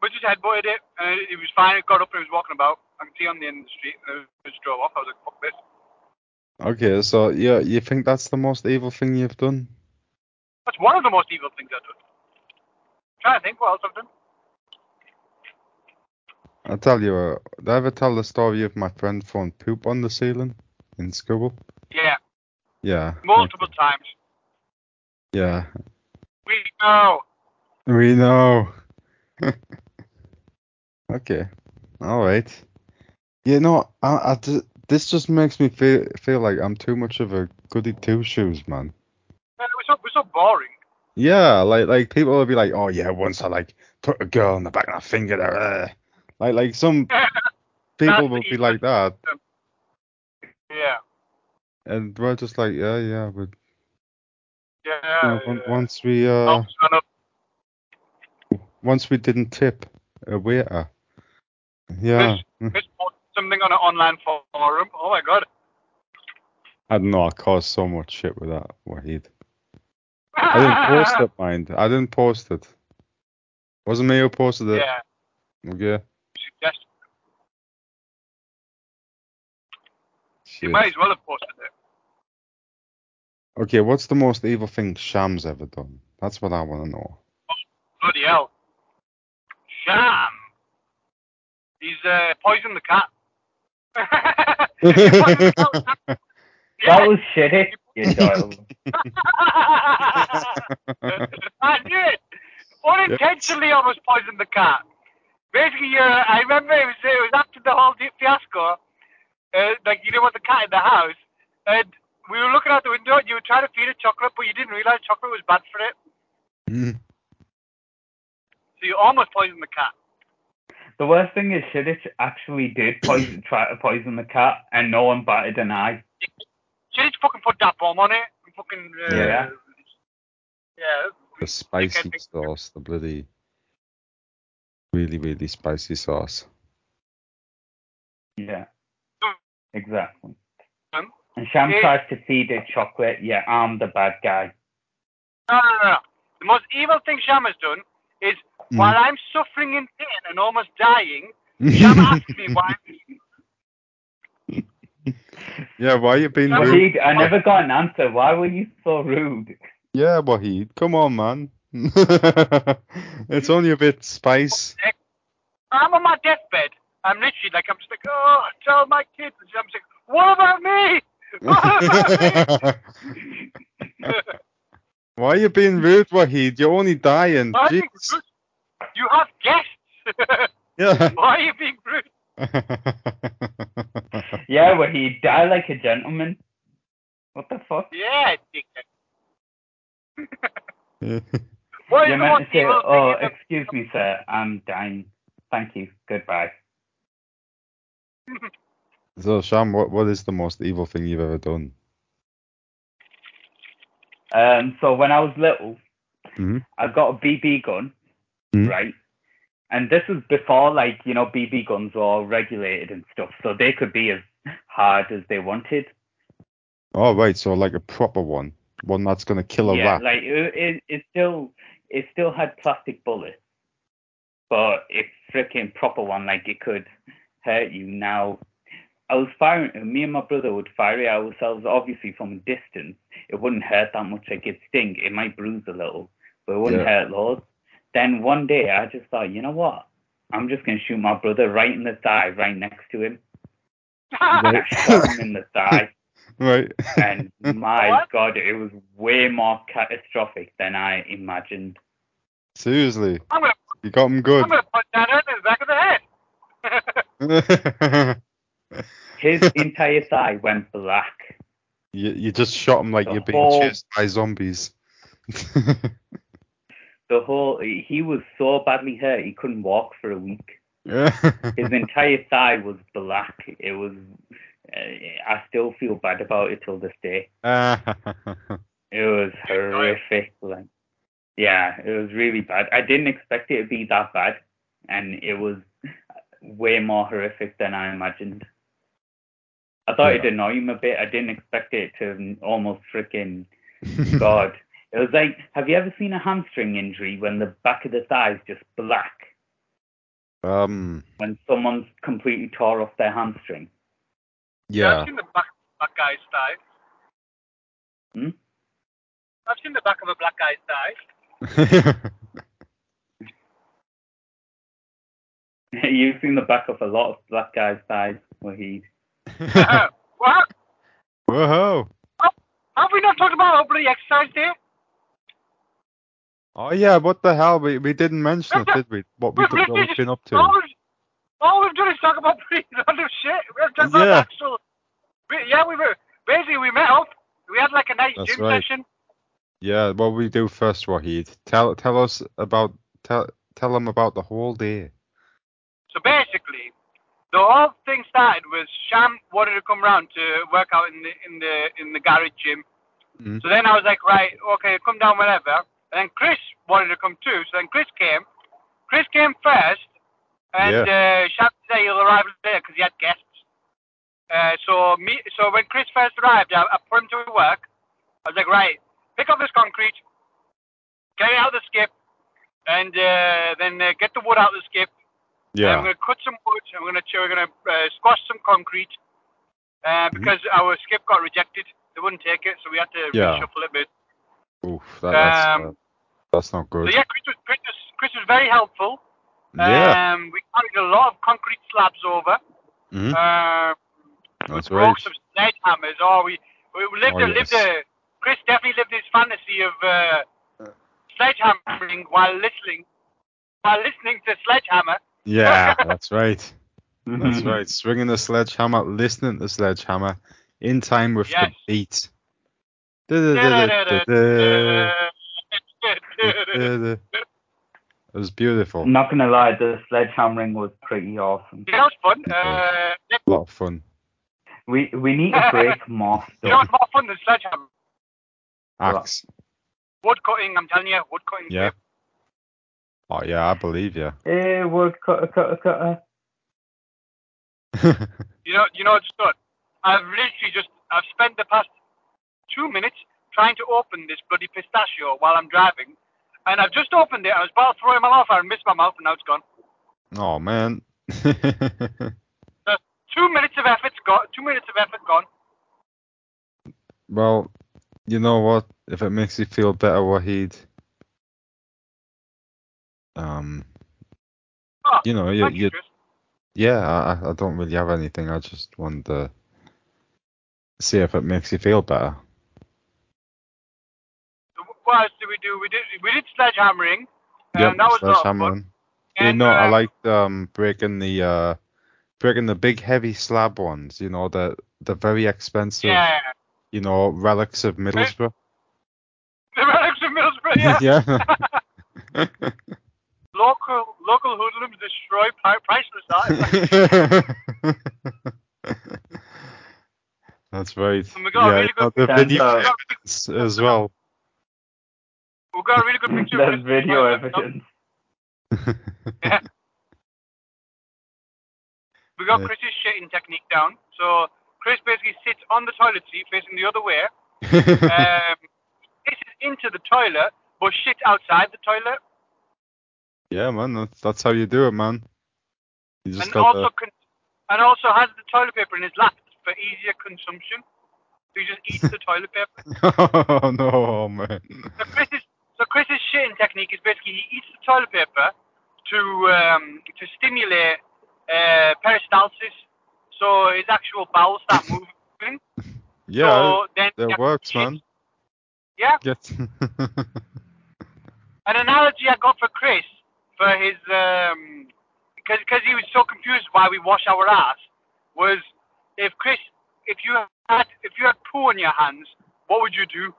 D: but just head butted it, and it was fine. It got up and it was walking about. I could see on the end of the street, and I just drove off. I was like, fuck this.
C: Okay, so yeah, you think that's the most evil thing you've done?
D: That's one of the most evil things I've done. trying to think what else I've done.
C: I'll tell you, uh, did I ever tell the story of my friend throwing poop on the ceiling in school?
D: Yeah,
C: Yeah.
D: multiple times.
C: Yeah.
D: We know.
C: We know. okay. All right. You know, I, I ju- this just makes me feel feel like I'm too much of a goody two shoes, man.
D: Uh, We're so, we're so boring.
C: Yeah, like like people will be like, oh yeah, once I like put a girl on the back of my finger, uh, like like some people will be like that,
D: Yeah.
C: and we're just like, yeah, yeah, but you
D: Yeah.
C: know, on- once we uh.
D: Oh, son of-
C: once we didn't tip a waiter. Yeah,
D: Miss posted something on an online forum. Oh my god.
C: I don't know. I caused so much shit with that, Wahid. I didn't post it, mind. I didn't post it. Wasn't me who posted it.
D: Yeah.
C: Okay.
D: Suggest. You
C: Shit.
D: might as well have posted it.
C: Okay, what's the most evil thing Sham's ever done? That's what I want to know.
D: Bloody hell. Sham. He's uh, poisoned the cat.
B: That was shitty. You child.
D: I did. Unintentionally, almost poisoned the cat. Basically, you uh, I remember it was, it was after the whole di- fiasco. Uh, like, you didn't want the cat in the house. And we were looking out the window and you were trying to feed it chocolate, but you didn't realize chocolate was bad for it.
C: Mm.
D: So you almost poisoned the cat.
B: The worst thing is Shittich actually did poison, try to poison the cat, and no one batted an eye.
D: She did fucking put that bomb on it. And fucking, uh,
B: Yeah.
D: Yeah.
C: the spicy sauce, the bloody, really, really spicy sauce.
B: Yeah, exactly.
D: Oh. Um,
B: And Sham
D: it-
B: tries to feed it chocolate. Yeah, I'm the bad guy.
D: No, no, no, no. The most evil thing Sham has done is
C: Mm.
D: while I'm suffering in pain and almost dying, Sham asked me why.
C: yeah, why you being
D: Sham- Oh.
C: rude?
B: Indeed, I never got an answer. Why were you so rude?
C: Yeah, Wahid, come on, man. it's only a bit spice.
D: I'm on my deathbed. I'm literally like, I'm just like, oh, tell my kids. And Sham's like, what about me? What about me?
C: Why are you being rude, Wahid? You're only dying.
D: Why are you
C: Jeez.
D: rude? You have guests.
C: Yeah.
D: why are you being rude?
B: Yeah, where he die like a gentleman. What the fuck?
D: Yeah, dickhead. What
B: you
D: is the
B: meant
D: one
B: to say,
D: evil
B: oh,
D: thing?
B: excuse me, sir, I'm dying. Thank you. Goodbye.
C: so, Sham, what, what is the most evil thing you've ever done?
B: Um, so when I was little,
C: Mhm.
B: I got a BB gun,
C: Mhm.
B: right? And this was before, like, you know, BB guns were all regulated and stuff, so they could be as hard as they wanted.
C: Oh, right, so like a proper one. One that's going to kill a
B: yeah,
C: rat.
B: like it, it, it still, it still had plastic bullets, but it's freaking proper one. Like it could hurt you. Now, I was firing. Me and my brother would fire it at ourselves, obviously from a distance. It wouldn't hurt that much. Like it'd sting. It might bruise a little, but it wouldn't hurt loads. Then one day, I just thought, you know what? I'm just gonna shoot my brother right in the thigh, right next to him. And I shot him in the thigh
C: Right.
B: and my
D: What?
B: god, it was way more catastrophic than I imagined.
C: Seriously,
D: I'm gonna,
C: you got him
D: I'm gonna punch that out in the back of the head.
C: good.
B: His entire thigh went black.
C: You, you just shot him like
B: The
C: you're being
B: whole-
C: chased by zombies.
B: The whole he was so badly hurt he couldn't walk for a week. His entire thigh was black. It was. eh, I still feel bad about it till this day. It was horrific. Like, yeah, it was really bad. I didn't expect it to be that bad, and it was way more horrific than I imagined. I thought it'd annoy him a bit. I didn't expect it to almost freaking god. It was like, have you ever seen a hamstring injury when the back of the thigh is just black
C: um,
B: when someone's completely tore off their hamstring?
C: yeah.
D: I've seen the back of a black guy's thigh.
B: Hmm?
D: I've seen the back of a black guy's thigh.
B: You've seen the back of a lot of black guys' thighs where he
D: well, have,
C: Whoa.
D: have we not talked about our bloody exercise day?
C: Oh yeah, what the hell? We we didn't mention it, did we? What we
D: We've
C: what
D: literally
C: we've been up
D: All
C: to.
D: we've, all we've done is talk about pretty random shit. We haven't talked
C: Yeah.
D: about actual. We, yeah, we were basically we met up. We had like a nice
C: That's
D: gym
C: right.
D: session.
C: Yeah, what we do first, Wahid. Tell tell us about tell tell them about the whole day.
D: So basically, the whole thing started was Sham wanted to come round to work out in the in the in the garage gym.
C: Mhm.
D: So then I was like, right, okay, come down whenever. And then Chris wanted to come too. So then Chris came. Chris came first, and uh, Sham said he'll arrive later because he had guests. Uh, so me, so when Chris first arrived, I, I put him to work. I was like, right, pick up this concrete, get it out of the skip, and uh, then uh, get the wood out of the skip. And I'm
C: Yeah.
D: going to cut some wood. I'm going to we're going to uh, squash some concrete uh,
C: Mm-hmm.
D: because our skip got rejected. They wouldn't take it, so we had to
C: Yeah.
D: reshuffle it a bit.
C: Oof, that, that's
D: Um,
C: uh, that's not
D: So
C: good.
D: yeah, Chris was, Chris was, Chris was very helpful.
C: Yeah,
D: Um, we carried a lot of concrete slabs over.
C: Mhm.
D: Um,
C: that's right.
D: broke some sledgehammers. Oh, we, we lived
C: Oh,
D: a, lived
C: yes.
D: a, Chris definitely lived his fantasy of uh, sledgehammering while listening, while listening to sledgehammer.
C: Yeah, that's right. That's right. Swinging the sledgehammer, listening to sledgehammer, in time with
D: Yes.
C: the beat. Du-du-du-du-du-du. Du-du. It was beautiful.
B: I'm not gonna lie, the sledgehammering was pretty awesome.
D: Yeah, that was fun.
C: Yeah.
D: Uh, that-
C: A lot of fun.
B: We we need to break more
D: you know,
B: stuff.
D: it's more fun than sledgehammer.
C: Axe.
D: Wood cutting, I'm telling you, wood cutting.
C: Yeah. Oh yeah, I believe you.
B: Eh, wood cutter, cutter, cutter.
D: You know, you know what, Scott? I've literally just, I've spent the past two minutes trying to open this bloody pistachio while I'm driving, and I've just opened it. I was about to throw it in my mouth, I missed my mouth, and now it's gone.
C: oh man.
D: Two minutes of effort's gone. Two minutes of effort gone.
C: well, you know what? If it makes you feel better, Wahid. Um,
D: Oh,
C: you know, you,
D: Thank you,
C: you
D: Chris.
C: yeah, I, I- I don't really have anything. I just wanted to see if it makes you feel better.
D: So What else did we do? We did, we did sledgehammering. and
C: Yep,
D: that was a lot of fun.
C: sledgehammering. You
D: And,
C: know, I
D: uh,
C: liked um breaking the uh Do you reckon the big heavy slab ones? You know the the very expensive.
D: yeah,
C: You know relics of Middlesbrough.
D: the relics of Middlesbrough. Yeah. Local local hoodlums destroy pri- priceless art.
C: That's right.
D: And we got a
C: yeah,
D: Oh really good
C: the
B: That's,
C: video
B: uh,
C: evidence as well.
D: We've got a really good picture.
B: There's
D: of Middlesbrough.
B: video evidence.
D: Yeah. We got
C: Yeah.
D: Chris's shitting technique down. So Chris basically sits on the toilet seat facing the other way. Um, pisses into the toilet, but shit outside the toilet.
C: yeah, man, that's, that's how you do it, man. You just
D: and
C: got
D: also con- and also has the toilet paper in his lap for easier consumption. So he just eats the toilet paper.
C: the. oh no, oh, man.
D: So Chris's so Chris's shitting technique is basically he eats the toilet paper to um, to stimulate uh, peristalsis, so his actual bowels start moving.
C: Yeah,
D: so then he
C: that
D: actually
C: works,
D: shits.
C: man.
D: Yeah.
C: Get.
D: An analogy I got for Chris for his um, because he was so confused why we wash our ass was if Chris if you had if you had poo on your hands what would you do?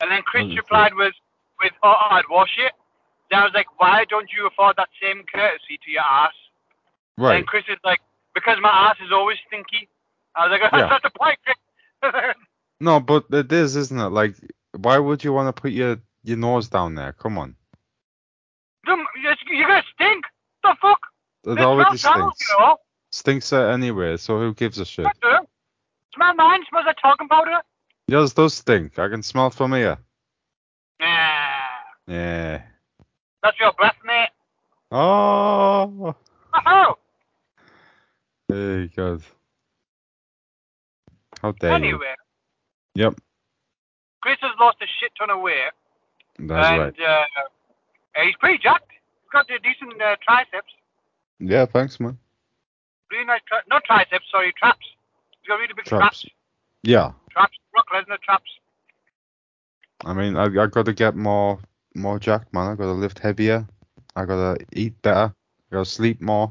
D: And then Chris
C: Oh, shit.
D: replied was with oh I'd wash it. Then I was like why don't you afford that same courtesy to your ass?
C: right.
D: And Chris is like because my ass is always stinky. I was like
C: Yeah.
D: that's not the point. Chris.
C: No, but it is, isn't it? Like, why would you want to put your your nose down there? Come on,
D: Dum- You're gonna stink. The fuck?
C: it
D: This
C: already
D: smells terrible,
C: stinks.
D: you know?
C: Stinks there anyway, so who gives a shit?
D: Fuck her. Smell mine, smells like talking powder.
C: Yours does stink. I can smell it from here.
D: Nah,
C: Yeah.
D: that's your breath, mate.
C: Oh.
D: Oh,
C: Hey God. How dare you?
D: anyway,
C: Yep.
D: Chris has lost a shit ton of weight,
C: That's
D: and
C: right.
D: uh, he's pretty jacked. He's got a decent uh, triceps,
C: Yeah. Thanks, man.
D: really nice, tri- not triceps, sorry, traps. He's got really big traps,
C: Traps. Yeah.
D: traps, Rock Lesnar traps.
C: I mean, I I gotta get more more jacked, man. I gotta lift heavier. I gotta eat better. I gotta sleep more.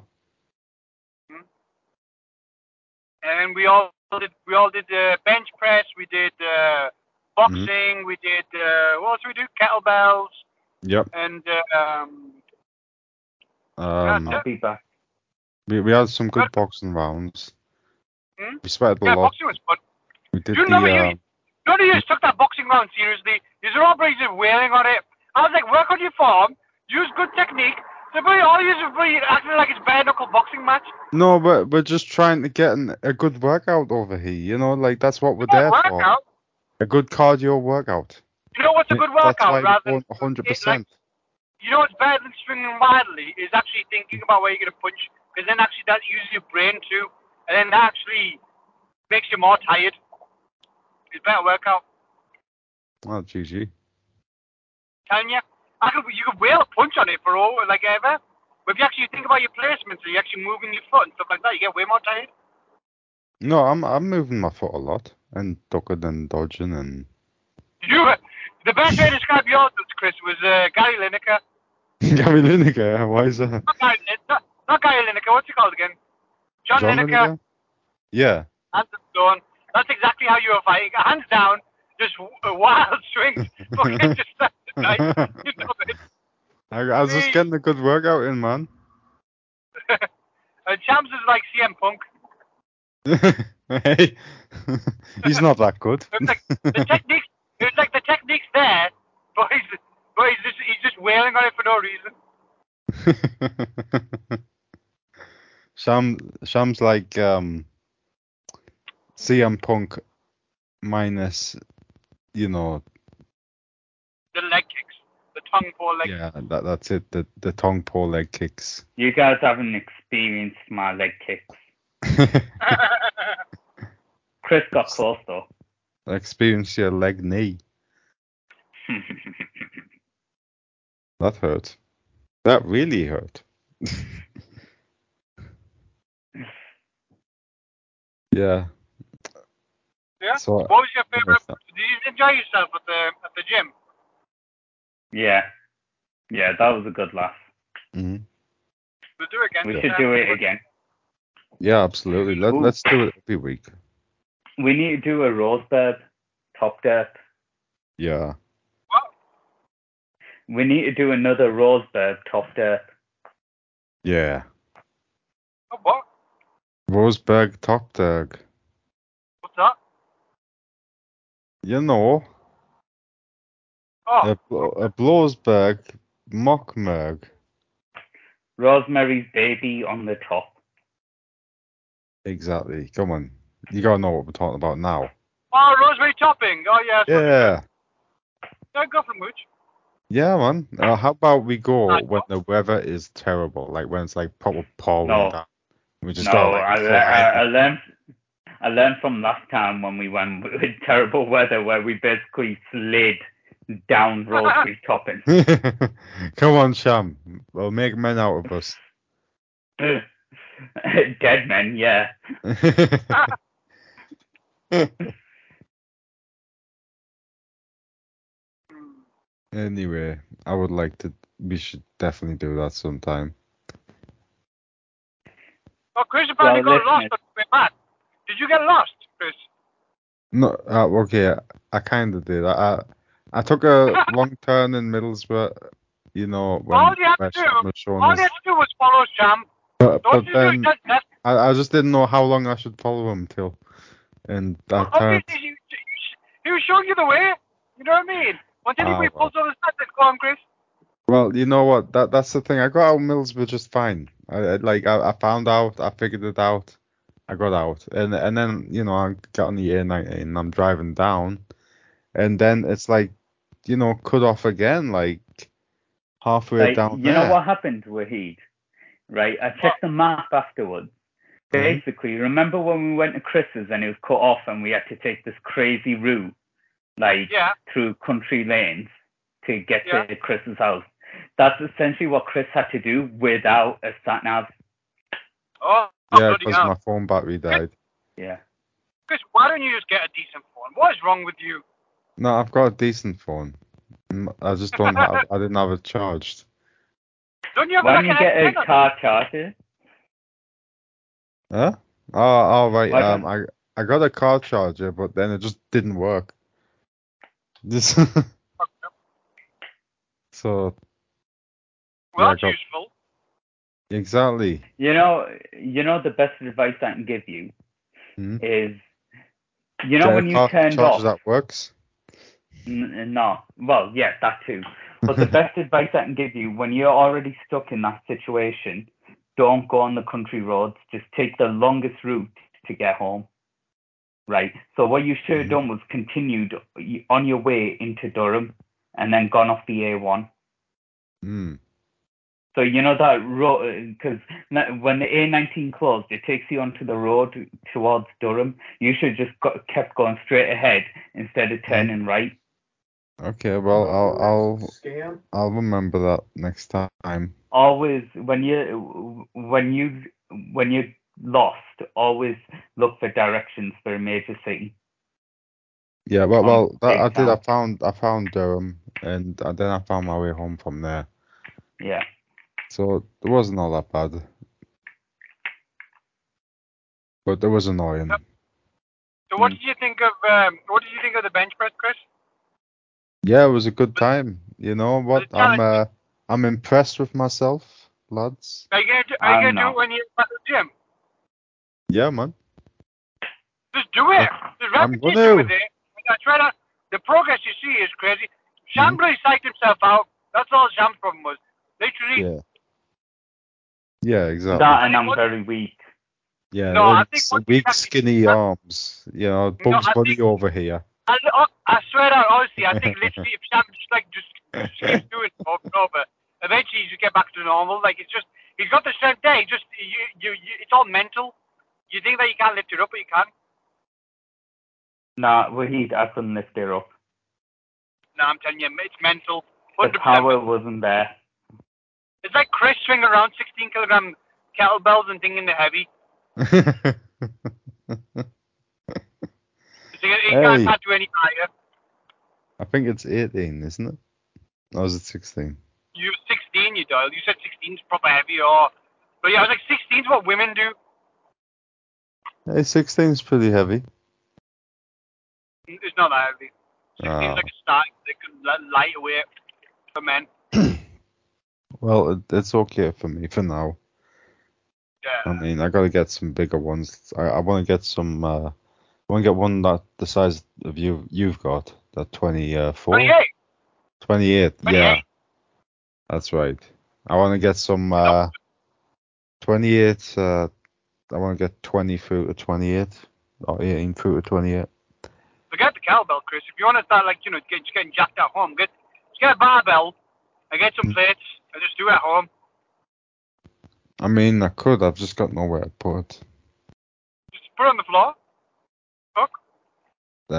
D: And we all did, we all did uh, bench press, we did uh, boxing,
C: Mm-hmm.
D: we did uh, what else did we do? Kettlebells
C: Yep.
D: and uh, um,
C: Um.
D: Yeah.
B: I'll be back.
C: We we had some
D: Well-
C: good boxing rounds.
D: Hmm?
C: We sweated a
D: yeah,
C: lot.
D: boxing was fun.
C: We did
D: You
C: the
D: remember you-
C: um,
D: None of you took that boxing round seriously. You are all brings wailing on it. I was like, work on your form, use good technique. So but all you are really acting like it's bare knuckle boxing match.
C: No, but we're just trying to get an, a good workout over here. You know, like that's what we're
D: Good
C: there for.
D: workout.
C: A good cardio workout.
D: You know what's a good
C: That's why
D: workout rather
C: we
D: than
C: want 100%.
D: it, you know what's better than swinging wildly is actually thinking about where you're gonna punch because then actually that uses your brain too, and then that actually makes you more tired. It's better workout.
C: oh, GG.
D: telling you. I could, you could wail a punch on it for all, like ever. But if you actually think about your placements and you're actually moving your foot and stuff like that, you get way more tired.
C: No, I'm I'm moving my foot a lot and ducking and dodging and
D: You were, the best way to describe yours, Chris, was uh, Gary Lineker.
C: Gary Lineker. Why is that?
D: Not Gary, Lin- not, not Gary Lineker, what's he called again? John,
C: John
D: Lineker,
C: Lineker? Yeah.
D: hands and stone. That's exactly how you were fighting. Hands down, just w- wild swings. Fucking just left and right. You know it.
C: I, I was just
D: Me.
C: getting a good workout in, man.
D: Uh, Shams is like CM Punk.
C: hey, he's not that good.
D: It's like the technique. It's like the technique's there, but he's but he's just he's just wailing on it for no reason.
C: Sham Sham's like um CM Punk minus you know
D: The leg kicks, the tongue pull leg.
C: yeah that that's it the the tongue pole leg kicks.
B: You guys haven't experienced my leg kicks. Chris got close though.
C: Experience your leg knee. That hurt. That really hurt. yeah.
D: Yeah?
C: So
D: what was your favorite? Did you enjoy yourself at the at the gym?
B: yeah. Yeah, that was a good laugh.
C: mhm.
D: We'll do it again.
B: We should do it again.
C: Yeah, absolutely. Let,
B: Ooh.
C: let's do it every week.
B: We need to do a Rosebud Top Derp.
C: Yeah.
B: We need to do another Rosebud Top Derp.
C: Yeah.
D: Oh, what?
C: Roseberg Top Tag.
D: What's that?
C: You know,
D: Oh,
C: a, a Bloesberg Mockmerg.
B: Rosemary's Baby on the top.
C: Exactly. Come on. You gotta know what we're talking about now.
D: oh, rosemary topping. Oh, yeah.
C: Yeah.
D: Don't go for much.
C: Yeah, man. Uh, how about we go when the weather is terrible, like when it's like proper pouring
B: No.
C: down. We just
B: no,
C: got like,
B: I,
C: full
B: I, I
C: energy.
B: learned. I learned from last time when we went with terrible weather where we basically slid down Rosemary's topping.
C: Come on, Sham. We'll make men out of us.
B: Dead men, yeah.
C: anyway, I would like to. We should definitely do that sometime.
D: Oh, Chris apparently
B: Well,
D: got lost
B: listen.
D: on the way back. Did you get lost, Chris?
C: No, uh, okay, I, kind of did. I, I I took a wrong turn in Middlesbrough, you know, when
D: Ah. All you have
C: where
D: to
C: Sham
D: do-
C: was showing
D: All
C: us.
D: you had to do was follow Sham. Don't
C: But, but
D: you do
C: then
D: just that.
C: I, I just didn't know how long I should follow him till, and I turned.
D: Obviously, you, you, Oh, he was showing you the way. You know what I mean? Once
C: Ah,
D: anybody
C: well.
D: pulls over the side, then go on, Chris.
C: Well, you know what? That that's the thing. I got out of Middlesbrough just fine. I, I like I, I found out. I figured it out. I got out, and and then you know I got on the A19 and I'm driving down, and then it's like, you know, cut off again like halfway
B: Like,
C: down
B: you
C: there.
B: know what happened, Wahid? Right? I checked the map afterwards.
C: Mm-hmm.
B: Basically, remember when we went to Chris's and it was cut off and we had to take this crazy route, like
D: Yeah.
B: through country lanes to get
D: Yeah.
B: to Chris's house? That's essentially what Chris had to do without a sat nav.
D: Oh,
C: Yeah,
D: bloody
C: because
D: hell.
C: my phone battery died.
B: Yeah.
D: Chris, why don't you just get a decent phone? What is wrong with you?
C: No, I've got a decent phone. Mm, I just don't have. I didn't have it charged.
D: Don't you have
B: Why don't
D: like
B: you
D: an
B: get
D: antenna?
B: a car charger?
C: Huh? Oh, all right.
B: Why
C: Um, I I got a car charger, but then it just didn't work. This. so
D: Well,
C: Yeah,
D: that's
C: I got-
D: useful.
C: exactly.
B: You know, you know the best advice I can give you
C: Hmm?
B: is, you know,
C: Get a
B: when you
C: car
B: turned
C: charger
B: off.
C: that works.
B: N- no. Well, yeah, that too. But the best advice I can give you when you're already stuck in that situation, don't go on the country roads. Just take the longest route to get home. Right. So what you should have
C: Mhm.
B: done was continued on your way into Durham and then gone off the A1.
C: Mm.
B: So you know that road because when the A19 closed, it takes you onto the road towards Durham. You should just got, kept going straight ahead instead of turning right.
C: Okay. Well, I'll I'll
E: Scam?
C: I'll remember that next time.
B: always when you when you when you're lost always look for directions for a major city
C: Yeah. Well,
B: Um,
C: well, that,
B: big
C: I did. I
B: town.
C: found I found Durham, and uh, then I found my way home from there.
B: yeah
C: So it wasn't all that bad. But it was annoying.
D: So, what
B: Hmm.
D: did you think of um, what did you think of the bench press, Chris?
C: Yeah, it was a good time. You know what?
D: Good
C: I'm
D: time.
C: uh, I'm impressed with myself, lads.
D: Are you gonna do, are you
B: I'm
D: gonna do
B: not.
D: it when you're at the gym?
C: Yeah, man.
D: Just do it. Just
C: I'm
D: repetition
C: gonna.
D: with it. And I try to. The progress you see is crazy.
B: Hmm.
D: Sham really psyched himself out. That's all Sham's problem was. Literally.
C: Yeah. Yeah, exactly.
B: that and i'm very weak
C: yeah,
D: No, I
C: it's
D: think what
C: weak,
D: you have to-
C: skinny arms. You know, Bugs
D: I
C: Bunny
D: think-
C: over here.
D: I, I- I swear out, honestly, I think literally if Sam just like just keeps doing it over and over, eventually he'll get back to normal. Like it's just he's got the strength there. He just you, you, you it's all mental. You think that you can't lift it up, but you can.
B: nah Wahid, i couldn't lift her up
D: No, I'm telling you, it's mental.
B: the
D: 100%.
B: power wasn't there
D: It's like Chris swinging around 16 kilogram kettlebells and thinking they're heavy. He he
C: Hey.
D: can't can't do any higher.
C: I think it's 18, isn't it? Or was it 16?
D: You were 16, you dial. You said 16's proper heavy, or but yeah, I was like 16's what women do.
C: Hey, 16's pretty heavy.
D: It's not that heavy.
C: Ah.
D: Seems like a stack. They can li- light away for men.
C: Well, it, it's okay for me for now. I
B: Oh,
D: Yeah.
C: mean, I gotta get some bigger ones. I, I want to get some. Uh, I want to get one that the size of you you've got. That 24,
D: 28.
C: 28. Yeah,
D: 28.
C: that's right. I want to get some. Uh, 28. Uh, I want to get 20 through to 28 or 18 through to 28.
D: Forget the cowbell, Chris. If you want to start like you know get, just getting jacked at home, get just get a barbell and get
B: Mm.
D: some plates and just do it at home.
C: I mean, I could. I've just got nowhere to put. it.
D: Just put it on the floor. Fuck.
C: Uh,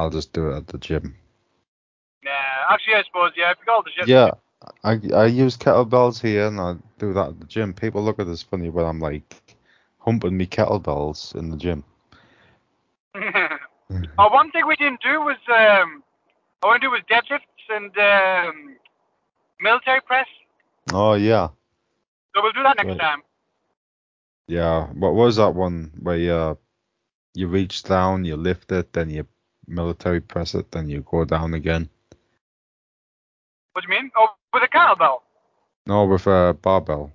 C: I'll just do it at the gym.
D: Yeah. Actually, I suppose yeah. If you got all the shit.
C: Yeah, I I use kettlebells here and I do that at the gym. People look at us funny when I'm like humping me kettlebells in the gym. Mm-hmm.
D: oh, one thing we didn't do was um, I want to do was deadlifts and um, military press.
C: Oh yeah,
D: So we'll do that next
C: Right.
D: time.
C: yeah. What was that one where you uh, you reach down, you lift it, then you military press it, then you go down again?
D: What do you mean? Oh, with a cowbell.
C: No, with a barbell.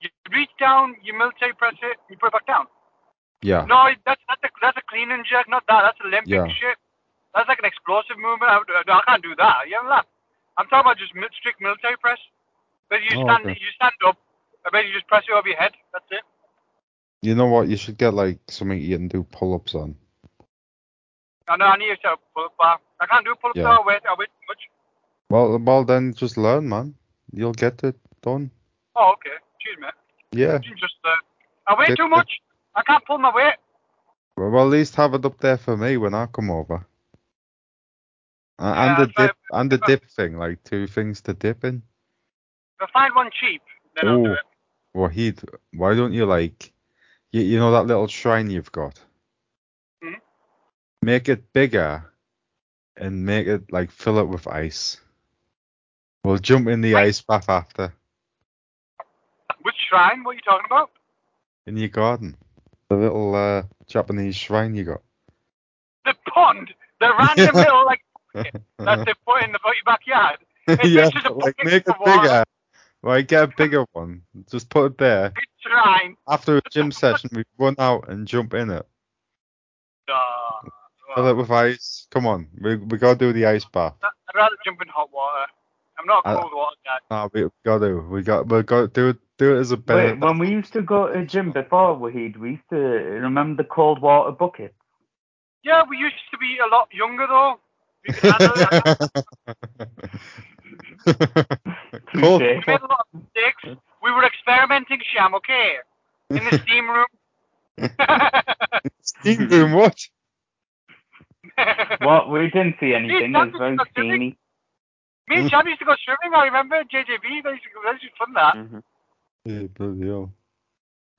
D: You reach down, you military press it, you put it back down.
C: Yeah,
D: No, that's that's a, that's a clean and jerk, not that. That's Olympic
C: Yeah.
D: shit. That's like an explosive movement. I, I, I can't do that. You haven't laughed. I'm talking about just mil- strict military press. But you
C: Oh,
D: stand,
C: okay.
D: you stand up, and then you just press it over your head. That's it.
C: you know what? You should get like something you can do pull-ups on.
D: I know I need to set up a pull-up bar. I can't do a pull-up
C: Yeah.
D: bar. I wait, I wait too much.
C: Well, well, then just learn, man. You'll get it done.
D: Oh, okay. Cheers, mate.
C: Yeah.
D: You Just uh, I weigh
C: Get
D: too
C: the-
D: much. I can't pull my weight.
C: Well, well, at least have it up there for me when I come over. Uh,
D: Yeah,
C: and the
D: that's right.
C: dip, and the dip thing, like two things to dip in.
D: If I find one cheap, then I'll do
C: Ooh.
D: it.
C: Wahid, why don't you like, you, you know that little shrine you've got?
D: Mhm.
C: Make it bigger, and make it like fill it with ice. We'll jump in the ice bath after
D: Which shrine? What are you talking about?
C: in your garden. The little uh, Japanese shrine you got.
D: The pond. The random little like
C: Uh-huh.
D: that they put in the your backyard. It's
C: yeah,
D: just a
C: but, like
D: bucket
C: make it
D: for water.
C: bigger. Right, get a bigger one. Just put it there.
D: It's shrine.
C: After a gym session, we run out and jump in it.
D: Uh,
C: Fill it with ice. Come on, we we gotta do the ice bath.
D: I'd rather jump in hot water. I'm not a
C: Uh,
D: cold water guy.
C: No, we gotta. We got. We gotta do it. Do it as a
B: Wait,
C: benefit.
B: when we used to go to a gym before, Wahid, we used to remember the cold water bucket.
D: Yeah, we used to be a lot younger though. We could handle it. I
C: cold.
B: Touche.
D: made a lot of mistakes. We were experimenting, Sham. Okay, in the steam room.
C: Steam room. What?
B: What? We didn't see anything. It was very steamy.
D: Me
B: Mm.
D: and Sham used to go swimming. I remember JJB. That used to, that used to be fun. That
B: Mhm.
C: Yeah, bloody hell.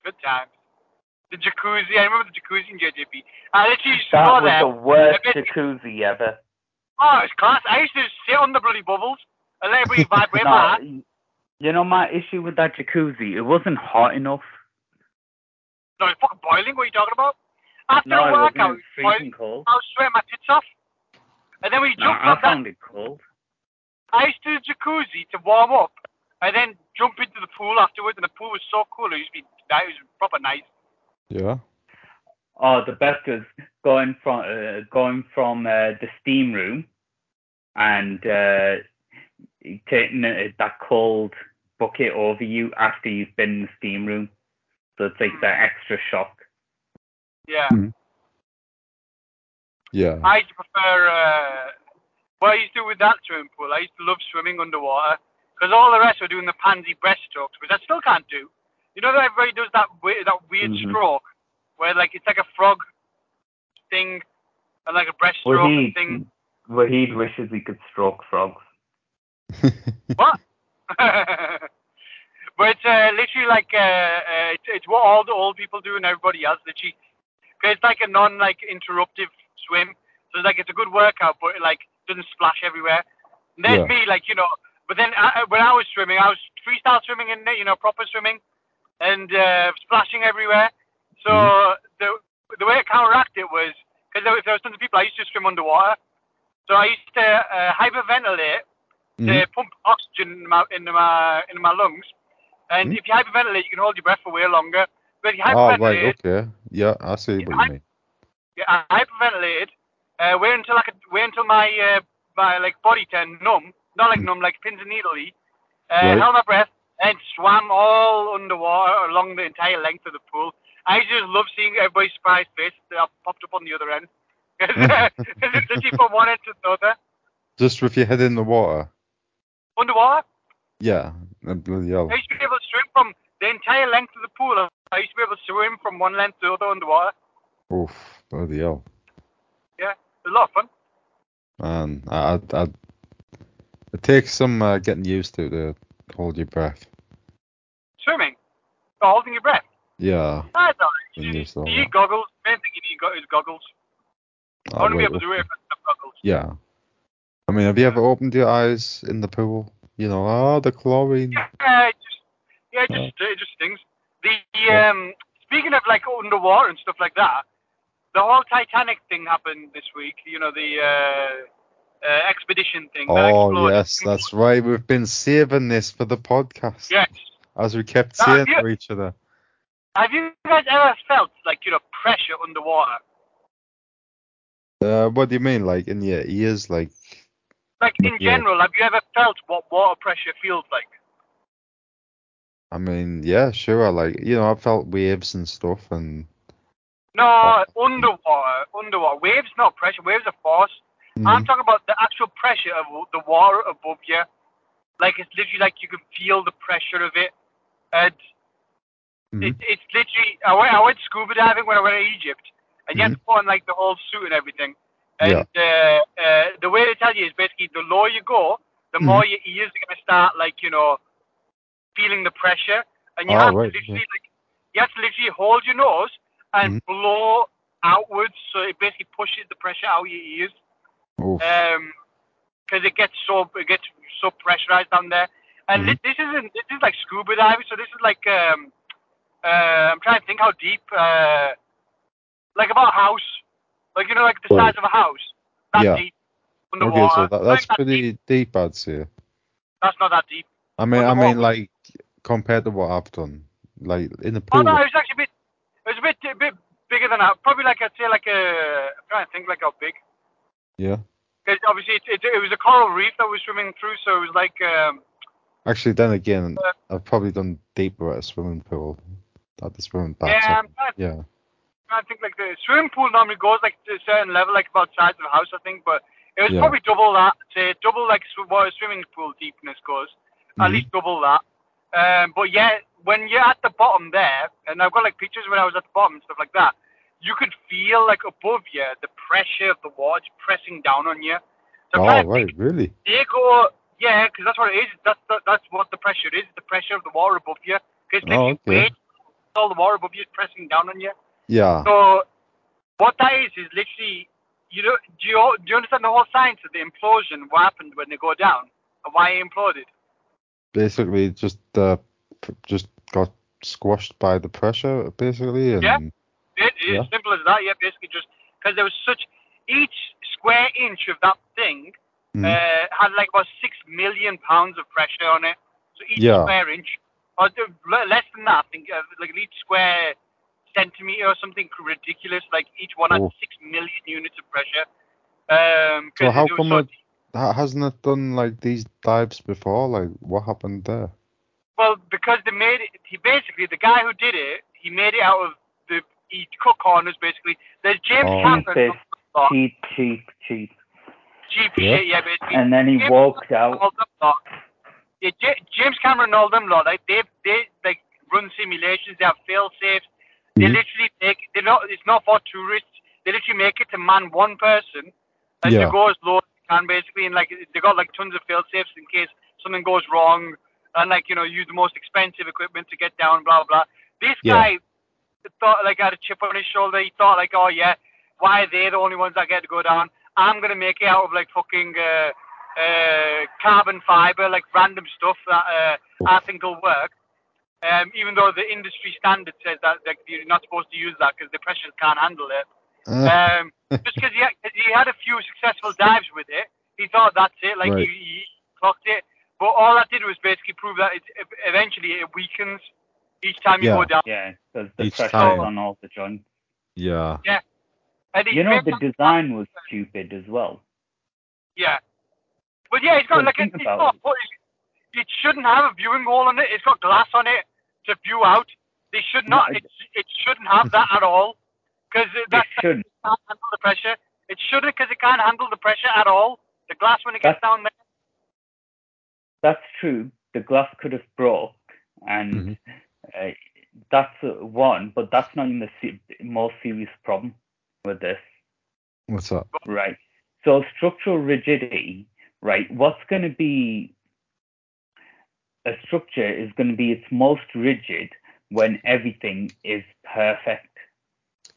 D: good times. The jacuzzi. I remember the jacuzzi in JJB. I literally used to
B: That
D: go
B: was
D: there.
B: the worst
D: I bet-
B: jacuzzi ever.
D: Oh, it's class. I used to sit on the bloody bubbles and let everybody vibrate
B: No,
D: my ass.
B: you know my issue with that jacuzzi, it wasn't hot enough.
D: No, it's fucking boiling. What are you talking about? After
B: No,
D: a
B: it wasn't. It
D: workout,
B: was
D: it's boiling.
B: freezing cold.
D: I was sweating my tits off. And then we
B: No,
D: jumped
B: I
D: off that
B: found it cold.
D: ice to the jacuzzi to warm up and then jump into the pool afterwards. And the pool was so cool. It used to be, that was proper nice.
C: Yeah.
B: Oh, the best was going from uh, going from uh, the steam room and uh, taking uh, that cold bucket over you after you've been in the steam room. So it's like
D: Hmm.
B: that extra shock.
D: Yeah.
C: Yeah.
D: I used to prefer uh, what I used to do with that swimming pool. I used to love swimming underwater because all the rest were doing the pansy breaststrokes, which I still can't do. You know that everybody does that we- that weird
B: Mhm.
D: stroke where like it's like a frog thing and like a breaststroke
B: Wahid,
D: thing.
B: Wahid wishes he could stroke frogs.
D: What? but it's uh, literally like uh, uh, it's, it's what all the old people do and everybody else literally. 'Cause it's like a non like interruptive swim, so it's like it's a good workout, but it, like doesn't splash everywhere. And there's
C: Yeah.
D: me like you know, but then I, I- when I was swimming, I was freestyle swimming in there, you know, proper swimming, and uh, splashing everywhere. So the the way to counteract it was because there, was- there was tons of people. I used to swim underwater, so I used to uh, hyperventilate
C: Mhm.
D: to Uh, pump oxygen in my into my into my lungs. And
C: Mhm.
D: if you hyperventilate, you can hold your breath for way longer. But if you
C: Oh,
D: hyperventilate,
C: right, okay. Yeah, I see what you mean.
D: yeah, I hyperventilated. Uh, wait until I could wait until my uh, my like body turned numb, not like
C: Mm.
D: numb, like pins and needly. Uh,
C: Right.
D: Held my breath and swam all underwater along the entire length of the pool. I just love seeing everybody's surprised face that popped up on the other end. Because it's literally from one end to the other.
C: Just with your head in the water.
D: Underwater,
C: Yeah, and bloody hell.
D: I used to be able to swim from the entire length of the pool. I used to be able to swim from one length to the other underwater.
C: Oof, bloody hell.
D: It was a lot of fun.
C: Man, I, I, I, it takes some uh, getting used to to hold your breath.
D: Swimming, or holding your breath.
C: Yeah.
D: That's all right.
C: Been used to all
D: You need
C: that.
D: goggles. Main thing you need go- is goggles. I want to be
C: Alright,
D: able to do
C: okay.
D: it with goggles.
C: Yeah. I mean, have you ever opened your eyes in the pool? You know, oh, the chlorine.
D: Yeah, it just yeah, it just it just stings. The um, speaking of like underwater and stuff like that, the whole Titanic thing happened this week. You know the uh, uh, expedition thing. that
C: Oh,
D: exploded.
C: yes, that's right. We've been saving this for the podcast.
D: Yes.
C: As we kept
D: Ah,
C: saying
D: yeah.
C: to each other.
D: Have you guys ever felt like you know pressure underwater?
C: Uh, what do you mean, like in your ears, like
D: Like in
C: Yeah.
D: general, have you ever felt what water pressure feels like?
C: I mean, yeah, sure. Like, you know, I felt waves and stuff, and
D: No, underwater, underwater. Waves not pressure. Waves are force. I'm
C: Mhm.
D: talking about the actual pressure of the water above you. Like it's literally like you can feel the pressure of it, and
C: Mm-hmm.
D: it, it's literally. I went, I went scuba diving when I went to Egypt, and you had
C: Mm-hmm.
D: to put on like the whole suit and everything. And uh, uh, the way they tell you is basically the lower you go, the
C: Mhm.
D: more your ears are gonna start like you know feeling the pressure, and you
C: Oh,
D: have
C: right,
D: to literally like you have to literally hold your nose
C: Mm-hmm.
D: and blow outwards, so it basically pushes the pressure out of your ears
C: oof,
D: um 'cause it gets so it gets so pressurized down there. And
C: Mhm.
D: thi- this isn't this is like scuba diving, so this is like um uh, I'm trying to think how deep uh like about a house, like you know like the
C: Right.
D: size of a house. That
C: Yeah.
D: deep underwater.
C: okay, so that, that's
D: Like,
C: pretty deep, I'd say.
D: That's not that deep.
C: I mean, I mean,
D: Underwater.
C: like compared to what I've done, like in the
D: Oh
C: pool.
D: no, it was actually a bit it was a bit a bit bigger than that. Probably like I'd say like a I'm trying to think like how big.
C: Yeah,
D: 'Cause obviously it, it, it was a coral reef that we were swimming through, so it was like um
C: actually, then again,
D: Uh,
C: I've probably done deeper at a swimming pool, at the swimming baths.
D: yeah,
C: I-
D: I'm trying to
C: yeah,
D: I think like the swimming pool normally goes like to a certain level, like about size of a house, I think. But it was
C: Yeah.
D: probably double that, say double like sw- what a swimming pool deepness goes, at
C: Mhm.
D: least double that. Um, but yeah, when you're at the bottom there, and I've got like pictures when I was at the bottom and stuff like that, you could feel like above you the pressure of the water just pressing down on you. So I'm trying
C: Oh,
D: to
C: right,
D: think,
C: really?
D: do you go, yeah, because that's what it is. That's the, that's what the pressure is. The pressure of the water above you. Because
C: Oh, okay.
D: all the water above you is pressing down on you.
C: Yeah.
D: So what that is is literally, you know, do you do you understand the whole science of the implosion? What happened when they go down and why it imploded?
C: basically just uh, p- just got squashed by the pressure basically and
D: Yeah. It is
C: Yeah.
D: simple as that. Yeah, basically just because there was such each square inch of that thing
C: Mhm.
D: uh, had like about six million pounds of pressure on it. So each
C: Yeah.
D: square inch, or the- le- less than that, I think, uh, like each square centimeter or something ridiculous. Like each one had
C: Oh.
D: six million units of pressure. Um, 'cause
C: so how
D: it was
C: come
D: so
C: it ha- hasn't it done like these dives before like what happened there
D: Well, because they made it, he basically the guy who did it, he made it out of the he cut corners basically. There's James
C: Oh.
D: Cameron,
B: Cheap,
D: oh,
B: cheap, cheap, cheap.
D: cheap
C: Yeah.
D: shit, yeah, basically.
B: And then he
D: James
B: walked
D: Cameron
B: out.
D: and all them lot. Yeah, J- James Cameron and all them lot, like they they like run simulations, they have fail safes. They
C: Mhm.
D: literally make they not it's not for tourists. They literally make it to man one person and
C: Yeah.
D: to go as low as they can basically and like they got like tons of fail safes in case something goes wrong and like, you know, use the most expensive equipment to get down, blah blah. This
C: Yeah.
D: guy thought like had a chip on his shoulder, he thought like, Oh yeah, why are they the only ones that get to go down? I'm gonna make it out of like fucking uh, uh, carbon fiber, like random stuff that uh, I think will work. um, even though the industry standard says that like, you're not supposed to use that because the pressures can't handle it.
C: Eh.
D: Um, just because he, had- 'cause he had a few successful dives with it, he thought that's it. Like
C: Right.
D: he, he clocked it, but all that did was basically prove that it, eventually it weakens each time you
C: Yeah.
D: go down.
B: Yeah, because the
C: Each
B: pressure's
C: time.
B: on all the joints.
C: yeah.
D: And he
B: You know,
D: made
B: the
D: that-
B: design was stupid as well.
D: Yeah. But yeah, it's got
B: Well,
D: like a,
B: think
D: it's
B: about
D: got,
B: it.
D: but it- it shouldn't have a viewing wall on it. It's got glass on it to view out. They should
B: No,
D: not.
B: I-
D: It, it shouldn't have that at all because
B: It
D: that
B: should.
D: can't handle the pressure. It shouldn't because it can't handle the pressure at all. The glass when it gets down there.
B: That's true. The glass could have broke, and uh, that's uh, one. But that's not even the se- more serious problem with this.
C: What's that?
B: Right. So structural rigidity, right? What's going to be a structure is going to be its most rigid when everything is perfect,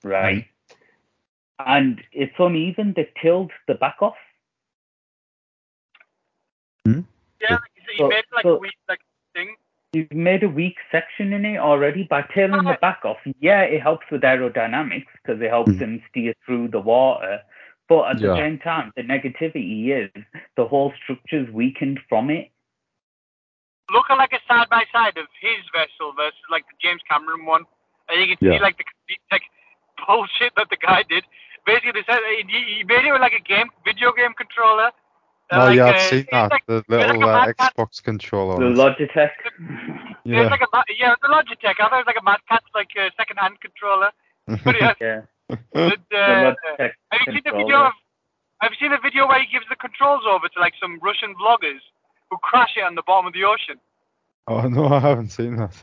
B: right? And it's uneven. They tilled the back off.
D: Yeah, like, so you
B: So-
D: made like
B: so-
D: a weird like thing.
B: You've made a weak section in it already by tailing the back off. Yeah, it helps with aerodynamics because it helps
C: Mhm.
B: him steer through the water. But at the
C: Yeah.
B: same time, the negativity is the whole structure's weakened from it.
D: Look at like a side by side of his vessel versus like the James Cameron one, and you can
C: Yeah.
D: see like the complete, like bullshit that the guy did. Basically, they said he, he made it with like a game video game controller.
C: Oh
D: like,
C: yeah, I've
D: uh,
C: seen
D: it's
C: that.
D: like-
C: the
D: like
C: little
D: a
C: uh,
D: Mad Cat.
C: Xbox controller.
B: The
C: on it.
B: Logitech.
D: Yeah. It's
C: yeah.
D: like a, ma- yeah, the Logitech. I thought it was like a Mad Cat's like uh, second-hand controller. But yeah,
B: Yeah,
D: the,
B: the
D: uh,
B: Logitech
D: have you seen the video?
B: controller.
D: Of, have you seen the video where he gives the controls over to like some Russian vloggers who crash it on the bottom of the ocean?
C: Oh no, I haven't seen that.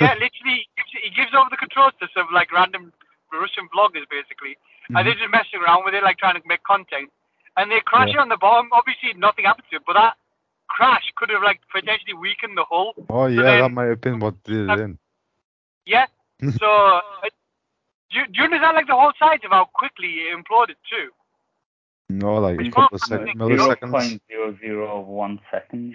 D: Yeah, literally, he gives, he gives over the controls to some like random Russian vloggers basically,
C: Mm-hmm.
D: and they're just messing around with it, like trying to make content, and they crash
C: Yeah.
D: it on the bottom. Obviously, nothing happens to it, but that crash could have like potentially weakened the hull.
C: oh yeah,
D: then-
C: that might have been what did it in.
D: Yeah. So, uh, do, you- do you understand like the whole size of how quickly it imploded too?
C: No, like a
B: Which
C: couple of
D: was
C: sec-
D: like
C: milliseconds.
B: 0.001 seconds,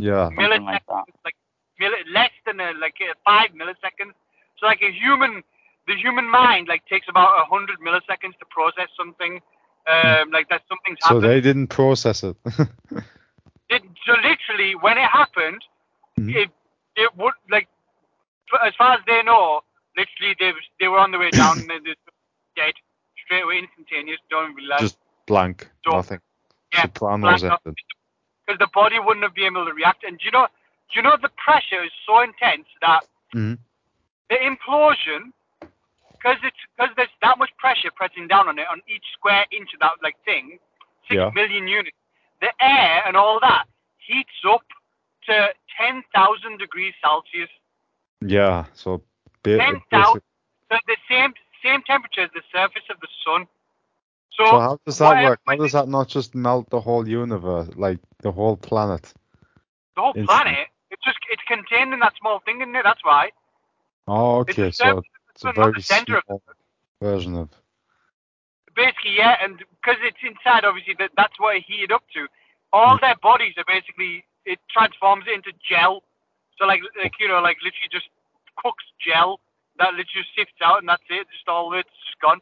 C: Yeah.
B: something like that.
D: Like milli- less than a, like uh five milliseconds. So like a human, the human mind like takes about a hundred milliseconds to process something. Um, like that something's
C: Hmm. So
D: happened.
C: they didn't process it.
D: It, so literally, when it happened,
C: Mhm.
D: it it would like, f- as far as they know, literally they was- they were on the way down and they were dead straight away, instantaneous. Don't realize.
C: Just blank.
D: So-
C: nothing.
D: yeah,
C: the plan
D: blank
C: was
D: nothing.
C: ended.
D: because the body wouldn't have been able to react. And you know, you know, the pressure is so intense that
C: Mhm.
D: the implosion, because it's because there's that much pressure pressing down on it on each square inch of that like thing, six
C: Yeah.
D: million units. The air and all that heats up to ten thousand degrees Celsius.
C: Yeah. So ba-
D: Ten
C: basic-
D: thousand, so the same same temperature as the surface of the sun. So,
C: So how does that
D: what
C: work? How
D: happened
C: does
D: is
C: that not just melt the whole universe, like the whole planet?
D: the whole
C: it's-
D: planet? It's just it's contained in that small thing in there. That's why.
C: Oh, okay.
D: It's the
C: So
D: surface
C: it's a
D: sun, not
C: very
D: the center of
C: small version of.
D: basically, yeah, and because it's inside, obviously, that that's what it heated up to. All their bodies are basically it transforms it into gel. So like, like you know, like literally just cooks gel that literally sifts out, and that's it. Just all of it's just gone.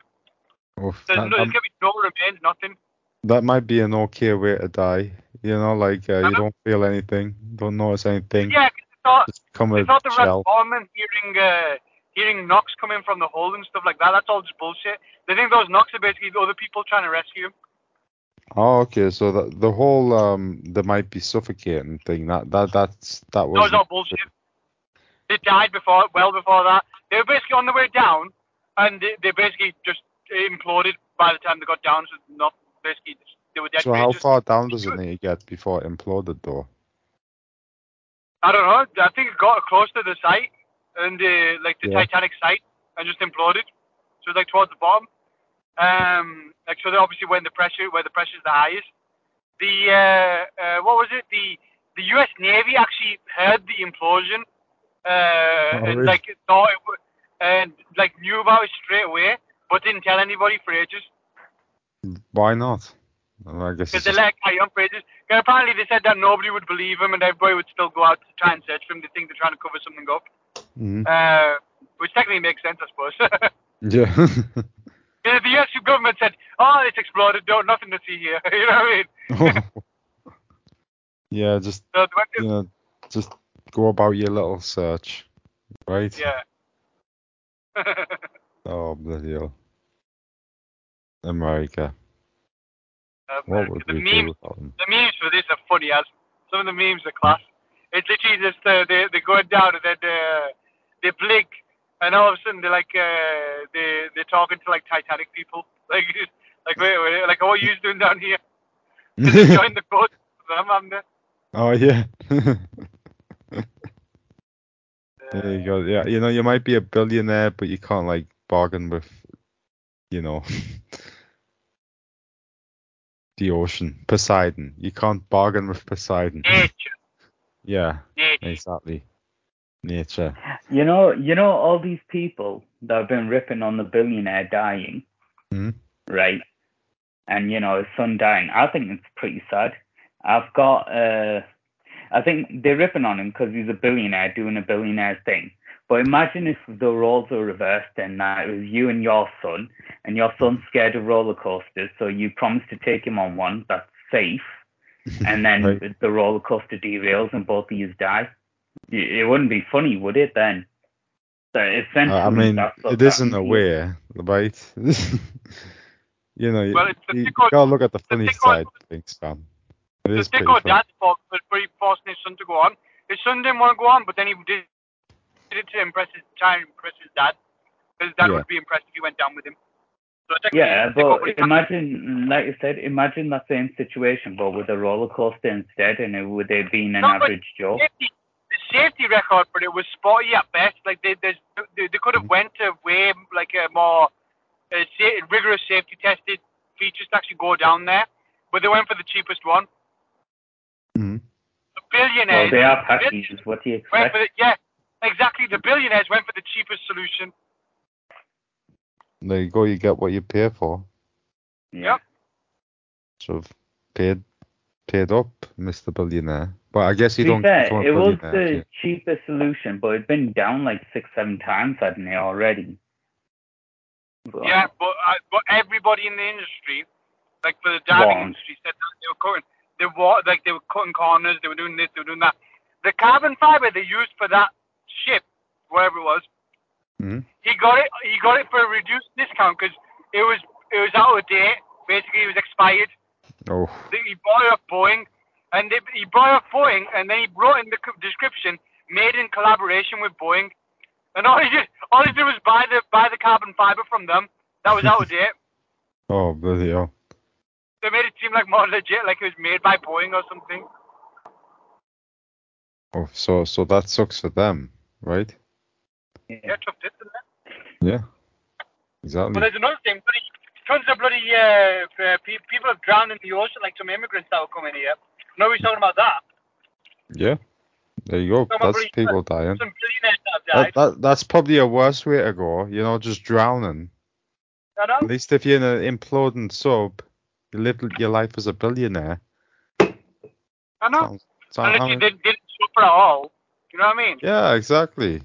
C: Oof,
D: There's
C: that, um
D: no, there's
C: that-
D: gonna be no remains, nothing.
C: that might be an okay way to die. You know, like uh,
D: Uh-huh.
C: you don't feel anything, don't notice anything,
D: Yeah, 'cause they thought
C: just become
D: they
C: a
D: thought the
C: shell.
D: Reformers hearing uh, hearing knocks coming from the hole and stuff like that. That's all just bullshit. They think those knocks are basically the other people trying to rescue him.
C: Oh, okay. So the the whole um, there might be suffocating thing that that that's that
D: That was
C: was.
D: all bullshit. They died before, well before that. They were basically on the way down, and they, they basically just imploded by the time they got down. So not basically they were dead.
C: So how
D: creatures.
C: far down does it need to get before it imploded, though?
D: I don't know. I think it got close to the site, and uh, like the
C: Yeah.
D: Titanic site, and just imploded. So like towards the bottom. Um, like so, that obviously when the pressure, where the pressure's the highest. The uh, uh, what was it? The the U.S. Navy actually heard the implosion, uh,
C: Oh,
D: and
C: really?
D: like thought it wa- and like knew about it straight away, but didn't tell anybody for ages
C: Why not? Well, I guess.
D: because
C: It's
D: they
C: just,
D: let it carry on for ages. 'Cause apparently they said that nobody would believe him, and everybody would still go out to try and search for him. They think they're trying to cover something up.
C: Mhm.
D: uh, which technically makes sense, I suppose.
C: Yeah.
D: if the US government said, "Oh, it's exploded, no, nothing to see here," you know what I mean?
C: yeah, just
D: So they went to-
C: you know, just go about your little search, right?
D: yeah.
C: Oh bloody hell, America! What
D: America.
C: would
D: Um, the
C: we do
D: memes,
C: without them?
D: the memes for this are funny as some of the memes are class. It's literally just uh, they they going down and then uh, they blink and all of a sudden they're like uh, they they're talking to like Titanic people like like wait, wait, like oh, what are you doing down here? Just join the boat. I'm, I'm there.
C: oh yeah,
D: Uh,
C: there you go. Yeah, you know, you might be a billionaire, but you can't like bargain with, you know, the ocean, Poseidon. You can't bargain with Poseidon.
D: uh, Nature,
C: yeah,
D: nature.
C: exactly. Nature.
B: You know, you know all these people that have been ripping on the billionaire dying,
C: Mhm.
B: right? And you know his son dying. I think it's pretty sad. I've got, uh, I think they're ripping on him because he's a billionaire doing a billionaire thing. But imagine if the roles were reversed and that it was you and your son, and your son's scared of roller coasters, so you promise to take him on one that's safe, and then
C: Right.
B: the- the roller coaster derails and both of you die. It it wouldn't be funny, would it? Then, so essentially,
C: I I mean,
B: that's what
C: it
B: that
C: isn't
B: means.
C: aware, right? you know,
D: Well,
C: you,
D: it's the
C: you
D: tickle-
C: gotta look at the funny
D: tickle-
C: side of things, man. It
D: The
C: is pretty
D: tickle
C: funny.
D: dad's fault for, for forcing his son to go on. His son didn't want to go on, but then he did, did it to impress his try and impress his dad. His dad
C: Yeah.
D: would be impressed if he went down with him. So technically,
B: Yeah,
D: the tickle
B: but
D: would-
B: imagine, like you said, imagine that same situation, but with a roller coaster instead, and it would have been an
D: No, but-
B: average Joe.
D: safety, the safety record for it was spotty at best. Like they, there's- they, they could have went to way like a more uh, sa- rigorous safety tested features to actually go down there, but they went for the cheapest one.
C: Mhm.
D: The
B: Well,
D: billionaires
B: they are packages. What do you
D: went
B: expect?
D: for the, yeah, exactly. The billionaires went for the cheapest solution.
C: There you go. You get what you pay for.
B: Yeah.
C: So have paid, paid up, Mr. Billionaire. But I guess you
B: To be
C: don't.
B: fair,
C: become a
B: it was
C: billionaire, do you?
B: the cheapest solution, but it'd been down like six, seven times, hadn't it already? But-
D: Yeah, but uh, but everybody in the industry, like for the diving
B: Wrong.
D: industry, said that they were cutting, they were like they were cutting corners, they were doing this, they were doing that. The carbon fiber they used for that ship, wherever it was,
C: Mhm.
D: he got it. He got it for a reduced discount because it was it was out of date. Basically, it was expired.
C: Oh,
D: They- He bought it off Boeing, and they, he bought it off Boeing, and then he wrote in the c- description, made in collaboration with Boeing. And all he did, all he did was buy the buy the carbon fiber from them. That was out of date.
C: oh, bloody hell.
D: they made it seem like more legit, like it was made by Boeing or something.
C: Oh, so so that sucks for them, right?
D: Yeah, tough this and that.
C: Yeah.
D: But
C: Exactly.
D: there's another thing. Bloody, tons of bloody uh, uh, pe- people have drowned in the ocean, like some immigrants that were coming here. Nobody's talking about that.
C: Yeah. There you go.
D: Someone
C: That's
D: really-
C: people dying.
D: Some billionaires that have died.
C: That, that, that's probably a worse way to go. You know, just drowning.
D: I
C: At
D: know.
C: least if you're in an imploding sub, you live your life as a billionaire.
D: I know.
C: Sounds- sound-
D: Unless you did, didn't suffer at all. You know what I mean?
C: yeah, exactly.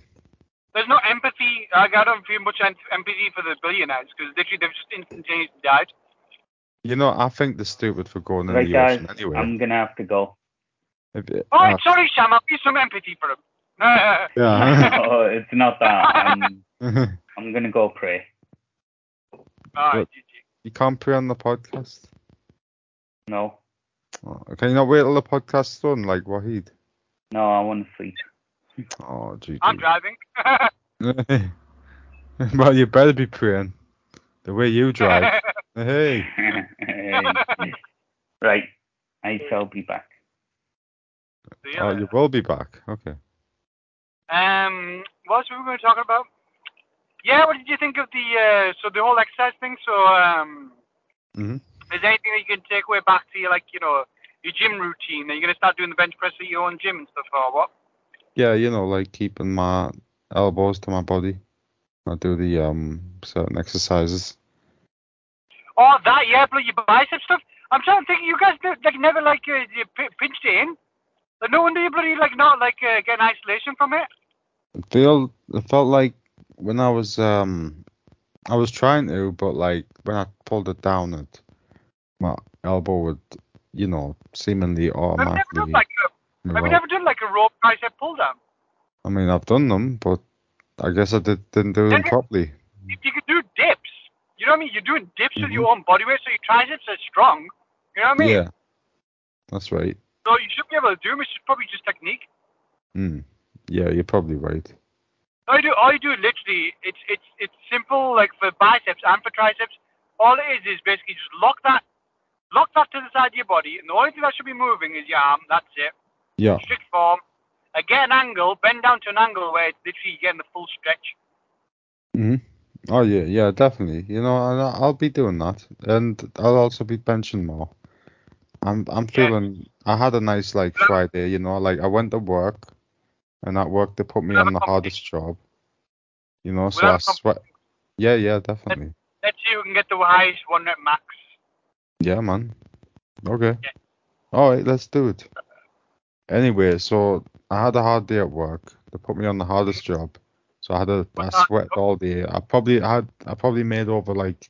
D: There's no empathy. Like, I don't feel much em- empathy for the billionaires because literally they've just instantaneously died.
C: You know, I think they're stupid for going in
B: Right,
C: the
B: guys,
C: ocean anyway.
B: I'm gonna have to go.
C: If it-
D: Oh,
C: uh,
D: sorry, Sham. I feel some empathy for them.
C: yeah.
B: no, it's not that. I'm, I'm gonna go pray.
D: all right,
C: But- you can't pray on the podcast.
B: No,
C: Oh, can you not wait till the podcast's done, like Wahid?
B: no, I want to sleep.
C: Oh, gee.
D: I'm driving.
C: well, you better be praying. The way you drive. hey.
B: right, I shall be back.
D: See ya
C: Oh,
D: later.
C: you will be back. Okay.
D: Um, what else were we going to talk about? Yeah, what did you think of the uh, so the whole exercise thing? So, um,
C: Mhm.
D: is there anything that you can take away back to your like you know your gym routine? Are you going to start doing the bench press at your own gym and stuff or what?
C: Yeah, you know, like keeping my elbows to my body. I do the um certain exercises.
D: Oh, that yeah, bloody your bicep stuff. I'm trying to think. You guys did, like never like uh, you pi- pinched it in. Like, no wonder you bloody like not like uh, getting isolation from it.
C: It felt it felt like when I was um I was trying to, but like when I pulled it down, it my elbow would you know seemingly
D: Have you never
C: automatically.
D: done like a, have you
C: revolt.
D: never done like a rope tricep pull down?
C: I mean, I've done them, but I guess I did, didn't do them
D: Did it?
C: properly.
D: If you could do dips, you know what I mean. You're doing dips with your own body weight, so your triceps are strong. You know what I mean.
C: Yeah, that's right.
D: So you should be able to do them. It's just probably just technique.
C: Mm. Yeah, you're probably right.
D: All you do, all you do, literally, it's it's it's simple, like for biceps and for triceps. All it is is basically just lock that, lock that to the side of your body, and the only thing that should be moving is your arm. That's it.
C: Yeah,
D: Strict form. Uh, get an angle, bend down to an angle where it's literally getting the full stretch.
C: Oh yeah, yeah, definitely. You know, and I- I'll be doing that, and I'll also be benching more. I'm I'm feeling. I had a nice like
D: Yeah.
C: Friday. You know, like I went to work, and at work they put me
D: We'll have
C: on
D: a
C: the
D: competition.
C: hardest job. You know, so
D: have
C: I
D: a competition.
C: sweat. Yeah, yeah, definitely.
D: Let's see who can get the highest one rep max.
C: Yeah, man. Okay.
D: Yeah.
C: All right, let's do it. Anyway, so I had a hard day at work. They put me on the hardest job, so I had a I
D: What hard
C: sweat all day. I probably had I probably made over like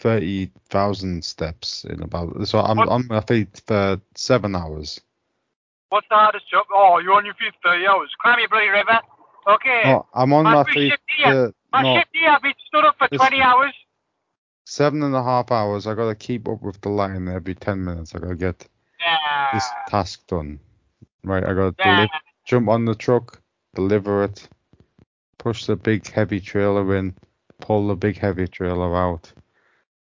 C: thirty thousand steps in about. So I'm
D: What-
C: on my feet for seven hours.
D: What's the hardest job? Oh, you're on your feet 30 hours. Climb your bloody river. Okay.
C: No, I'm on
D: my
C: my
D: free
C: feet
D: shift here.
C: for
D: My
C: Oh, no
D: shift here, I've been stood up for
C: Listen.
D: 20 hours.
C: seven and a half hours. I gotta keep up with the line every ten minutes. I gotta get
D: Yeah.
C: this task done. Right, I gotta
D: Ah. Yeah.
C: deli- jump on the truck, deliver it, push the big heavy trailer in, pull the big heavy trailer out,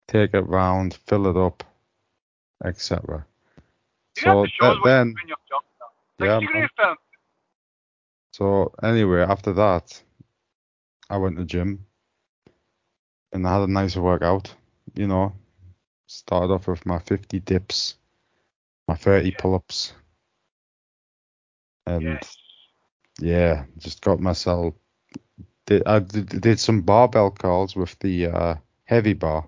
C: take it round, fill it up, etc.
D: You
C: So
D: have to show us
C: that-
D: what you're
C: then,
D: doing in your job. though. Like,
C: yeah,
D: you can
C: man.
D: do film.
C: So anyway, after that, I went to gym and I had a nice workout. You know, started off with my 50 dips, my 30
D: Yeah.
C: pull-ups, and
D: Yes.
C: yeah, just got myself. Did, I did, did some barbell curls with the uh, heavy bar.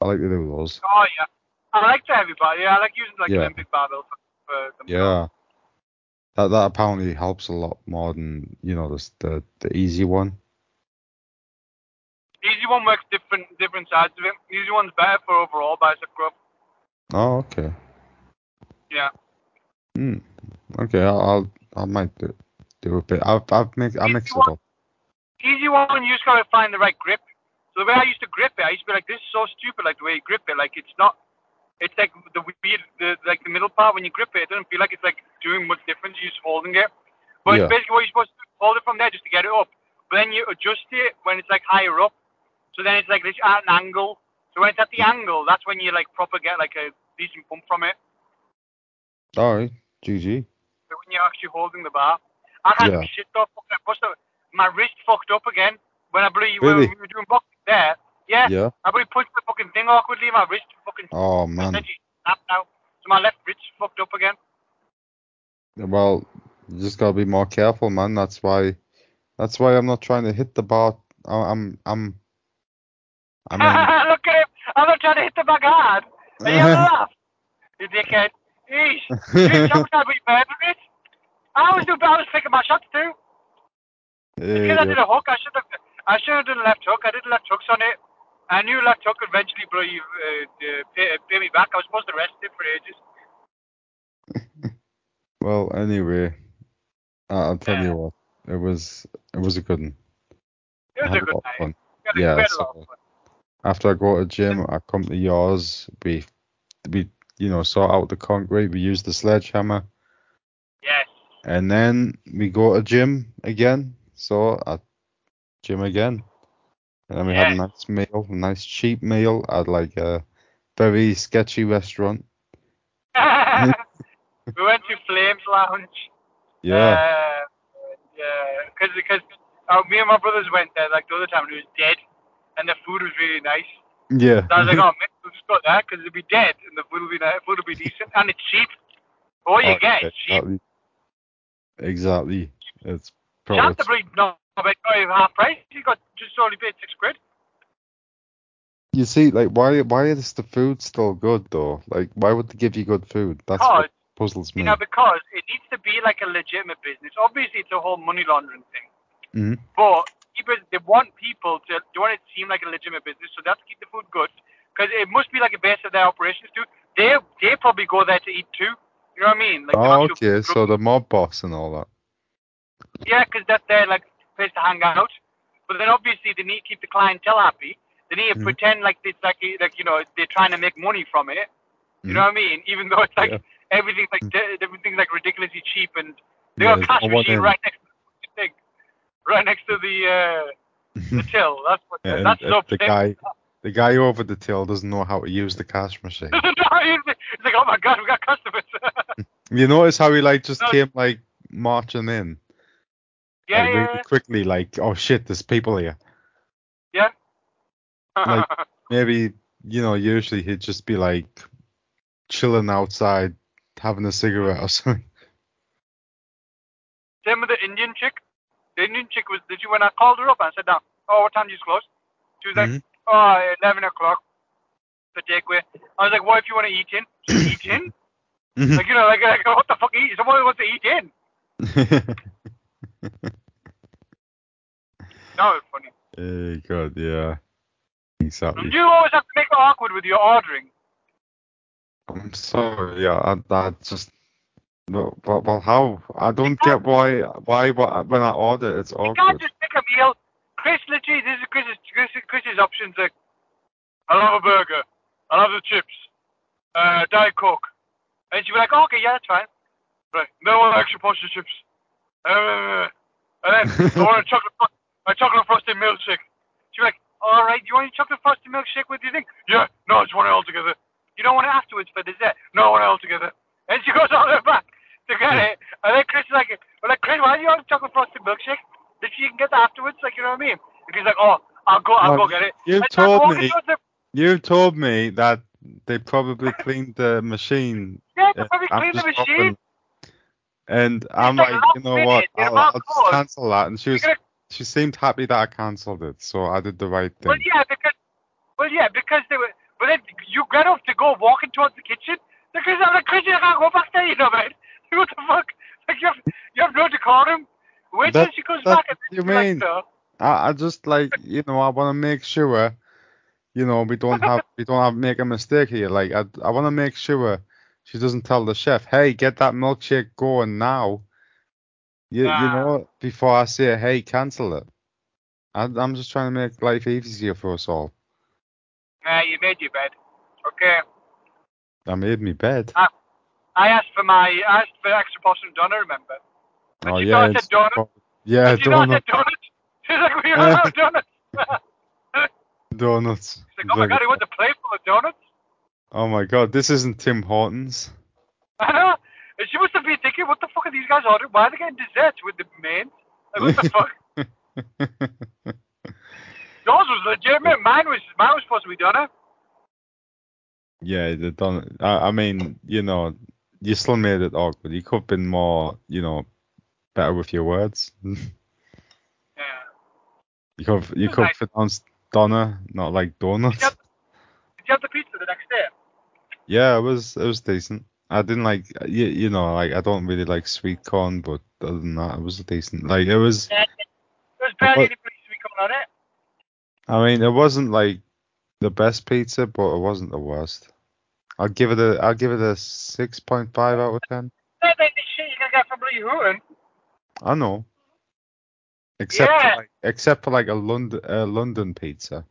C: I like to do those.
D: Oh, yeah. I like to have you, but yeah, I like using like
C: Yeah.
D: Olympic barbell for, for them.
C: Yeah. That that apparently helps a lot more than you know the the, the easy one.
D: Easy one works different different sides of it. Easy one's better for overall bicep growth.
C: Oh, okay.
D: Yeah.
C: Hmm. Okay, I'll, I'll I might do, do a bit. I've I've mix I
D: Easy
C: mixed it
D: one.
C: up.
D: easy one. You just gotta find the right grip. So the way I used to grip it, I used to be like, "This is so stupid." Like the way you grip it, like it's not. It's like the weird, the like the middle part when you grip it, it doesn't feel like it's like doing much difference. You're just holding it, but
C: Yeah.
D: it's basically what you're supposed to do, hold it from there just to get it up. But then you adjust it when it's like higher up. So then it's like this at an angle. So when it's at the angle, that's when you like proper get like a decent pump from it.
C: All right, GG.
D: But when you're actually holding the bar, I had
C: Yeah.
D: shit off. I bust up- my wrist fucked up again when I blew. uh, When
C: Really?
D: we were doing boxing there. Yeah.
C: Yeah.
D: I probably punched the fucking thing awkwardly. My wrist fucking
C: Oh man.
D: essentially snapped now. So my left wrist fucked up again.
C: Well, you just gotta be more careful, man. That's why. That's why I'm not trying to hit the bar. I- I'm I'm. I
D: Look at him. I'm not trying to hit the bag hard. Are you having a
C: mean.
D: laugh? You dickhead. Eesh. You sometimes we bad with it. I was doing, I was picking my shots too. Because I did
C: Yeah.
D: a hook, I should have, I should have done a left hook. I did left hooks on it. I knew left hook would eventually blow you, uh, uh, pay, pay me back. I was supposed to rest it for ages.
C: Well, anyway, I- I'll tell
D: Yeah.
C: you what. It was it was a good one.
D: It
C: I
D: was
C: had
D: a good
C: lot of
D: night.
C: fun.
D: We had a-
C: Yeah,
D: we had a
C: so-
D: lot of fun.
C: After I go to gym, I come to yours. We we you know sort out the concrete. We use the sledgehammer.
D: Yes.
C: And then we go to gym again. So I gym again. And then we had a
D: Yes.
C: nice meal, a nice cheap meal at like a very sketchy restaurant.
D: we went to Flames Lounge.
C: Yeah.
D: Uh, yeah, because because uh, me and my brothers went there like the other time and it was dead, and the food was really nice.
C: yeah.
D: So I was like, oh, mate, we'll just go there because it'll be dead and the food will be nice, food will be decent and it's cheap. All
C: Oh,
D: you get is cheap.
C: Exactly. Exactly. It's
D: Shut the
C: probably
D: bloody knob, it's not even half price. You got just only paid six quid.
C: you see, like why why is the food still good though? Like why would they give you good food? That's
D: Oh,
C: what puzzles
D: You
C: me.
D: know, because it needs to be like a legitimate business. Obviously, it's a whole money laundering thing.
C: Mhm.
D: But keepers, they want people to they want it to seem like a legitimate business, so they have to keep the food good because it must be like a base of their operations too. They they probably go there to eat too. You know what I mean? Like the
C: Oh,
D: actual
C: okay.
D: group-
C: So the mob boss and all that.
D: Yeah, because that's their like place to hang out. But then obviously they need to keep the clientele happy. They need to
C: Mhm.
D: pretend like it's like e, like you know they're trying to make money from it. You
C: Mhm.
D: know what I mean? Even though it's like
C: Yeah.
D: everything's like de- everything's like ridiculously cheap and they
C: Yeah,
D: got a
C: there's
D: cash
C: no one
D: machine
C: in.
D: right next to the thing, right next to the uh, the till. That's what
C: And
D: that's
C: if
D: so
C: the guy, the guy over the till doesn't know how to use the cash machine.
D: it's like oh my god, we got customers.
C: you notice how he like just
D: No.
C: came like marching in
D: yeah,
C: like,
D: yeah,
C: really quickly, like oh shit, there's people here.
D: yeah.
C: like- Maybe you know, usually he'd just be like chilling outside, having a cigarette or something.
D: Same with the Indian chick. The Indian chick was the chick when I called her up and said, "Now, oh, what time do you close?" She was like,
C: Mhm.
D: "Oh, 11 o'clock for takeaway." I was like, "What if you want to eat in?" She said, "Eat in?" like you know, like, like what the fuck? Eat? Someone wants to eat in? That was funny.
C: Eh, God, yeah, exactly.
D: You always have to make it awkward with your ordering.
C: I'm sorry, yeah, I, I just. Well, well, well, how? I don't get why. Why? why- When I order, it's
D: You can't
C: awkward.
D: just pick a meal. Chris, literally, this is Chris's, Chris's, Chris's options. Like, I'll have a burger. I'll have the chips. Uh, Diet Coke. And she'd be like, oh, okay, yeah, that's fine. Right. No one extra portion of chips. Uh, and then I want a chocolate, fro- a chocolate frosted milkshake. She'd be like, all right, you want your chocolate frosted milkshake with your thing? Yeah, no, I just want it all together. You don't want it afterwards for dessert? No, I want it all together. And she goes all the way back to get it. And then Chris is like, well, like, Chris, why do you want a chocolate frosted milkshake? That she can get that afterwards, like, you know what I mean? And he's like, oh, I'll go, I'll
C: Well,
D: go get it.
C: you
D: And so I'm
C: told
D: walking
C: me-
D: towards the-
C: You told me that they probably cleaned the machine.
D: Yeah, they
C: uh,
D: probably
C: I'm
D: cleaned the
C: just
D: machine.
C: hoping- And I'm
D: like
C: like,
D: last
C: you know
D: minute,
C: what?
D: they're
C: I'll,
D: about
C: I'll just
D: closed.
C: cancel that. And she was,
D: gonna-
C: she seemed happy that I cancelled it, so I did the right
D: Well,
C: thing.
D: yeah, because well, yeah, because they were. But then you get off to go walking towards the kitchen. Because I'm like, Christian, I can't go back there, you know, man. What the fuck? Like you have, you have no decorum. Wait till
C: That-
D: she goes
C: that's
D: back and
C: what you
D: she's like,
C: mean.
D: no.
C: I, I just like, you know, I want to make sure, you know, we don't have, we don't have make a mistake here. Like, I, I want to make sure she doesn't tell the chef, hey, get that milkshake going now. You, you
D: Nah.
C: know, before I say, hey, cancel it. I, I'm just trying to make life easier for us all.
D: Nah, you made your bed. Okay.
C: I made me bed.
D: I asked for my, I asked for extra portion of donut, remember?
C: Oh
D: she thought
C: yeah,
D: I said
C: it's-
D: donut.
C: yeah,
D: Did you know I
C: donut,
D: said donut? She's like, we don't have donuts.
C: donuts.
D: She's like, oh my god, he wants a plate full of donuts.
C: Oh my god, this isn't Tim Hortons.
D: I know. And she must have been thinking, what the fuck are these guys ordering? Why are they getting desserts with the main? Like, what the fuck? Yours was legitimate. Mine was mine was supposed to be done.
C: yeah, the donut. I, I mean, you know, you still made it awkward. You could have been more, you know, better with your words. you
D: Yeah.
C: could have, you could have pronounced Donna, not like
D: Did
C: donuts.
D: you, have, did you have the pizza the next day?
C: Yeah, it was it was decent. I didn't like you, you know like I don't really like sweet corn, but other than that, it was decent. Like it was.
D: Yeah. There was barely
C: What?
D: any pizza we coming on it.
C: I mean, it wasn't like the best pizza, but it wasn't the worst. I'll give it a I'll give it a six point five out of ten.
D: That ain't the shit you're gonna get from Lee Hooten.
C: I know. Except
D: Yeah.
C: for like, except for like a London a London pizza.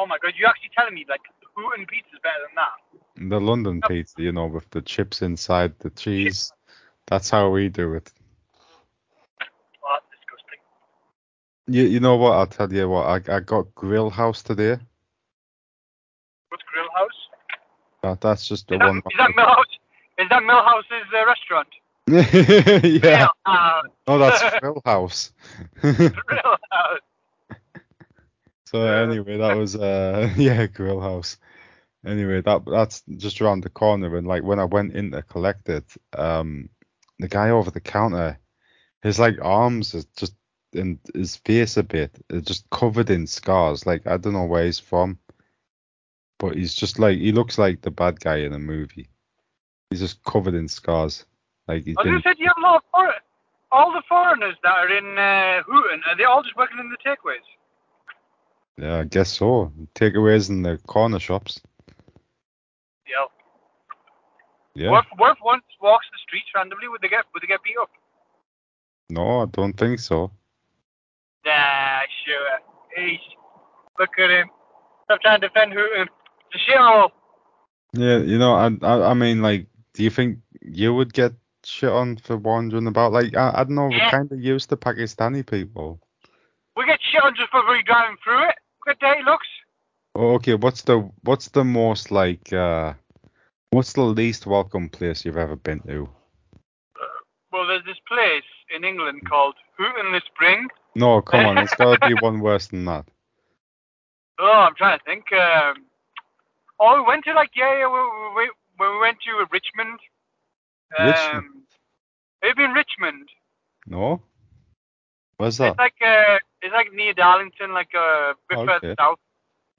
D: Oh my god, you're actually telling me like Hooten pizza's better than that.
C: The London pizza, you know, with the chips inside the cheese. That's how we do it.
D: Oh, that's disgusting.
C: You you know what? I'll tell you what. I I got Grill House today.
D: What's Grill House?
C: That, that's just the
D: Is that,
C: one.
D: is that Millhouse? Is that Millhouse's uh, restaurant?
C: yeah.
D: Grill House.
C: No, that's Grill House.
D: Grill House.
C: So
D: Yeah.
C: anyway, that was uh yeah, Grill House. Anyway, that that's just around the corner and like when I went in to collect it, um the guy over the counter, his like arms is just and his face a bit is just covered in scars. Like I don't know where he's from. But he's just like he looks like the bad guy in a movie. He's just covered in scars. Like he's
D: I was
C: been
D: gonna say, do you have a lot of for it? all the foreigners that are in uh, Hooten, are they all just working in the takeaways?
C: Yeah, I guess so. Takeaways in the corner shops.
D: Yeah.
C: Yeah.
D: What, what if one walks the streets randomly? Would they get would they get beat up?
C: No, I don't think so.
D: Nah, sure. He's, look at him. Stop trying to defend Hooten. It's a shithole.
C: Yeah, you know, I, I, I mean, like, do you think you would get shit on for wandering about? Like, I, I don't know, we're
D: Yeah.
C: kind of used to Pakistani people.
D: We get shit on just for really driving through it. Good day, looks.
C: Oh, okay, what's the what's the most like uh what's the least welcome place you've ever been to?
D: Well, there's this place in England called Hooten the Spring.
C: No, come on, it's gotta be one worse than that.
D: Oh, I'm trying to think. Um, oh, we went to like yeah, yeah. We, we, when we went to Richmond. Um,
C: Richmond?
D: Have you been Richmond?
C: No? Where's that?
D: It's like uh, it's like near Darlington, like uh, a bit
C: Oh,
D: further
C: okay.
D: south.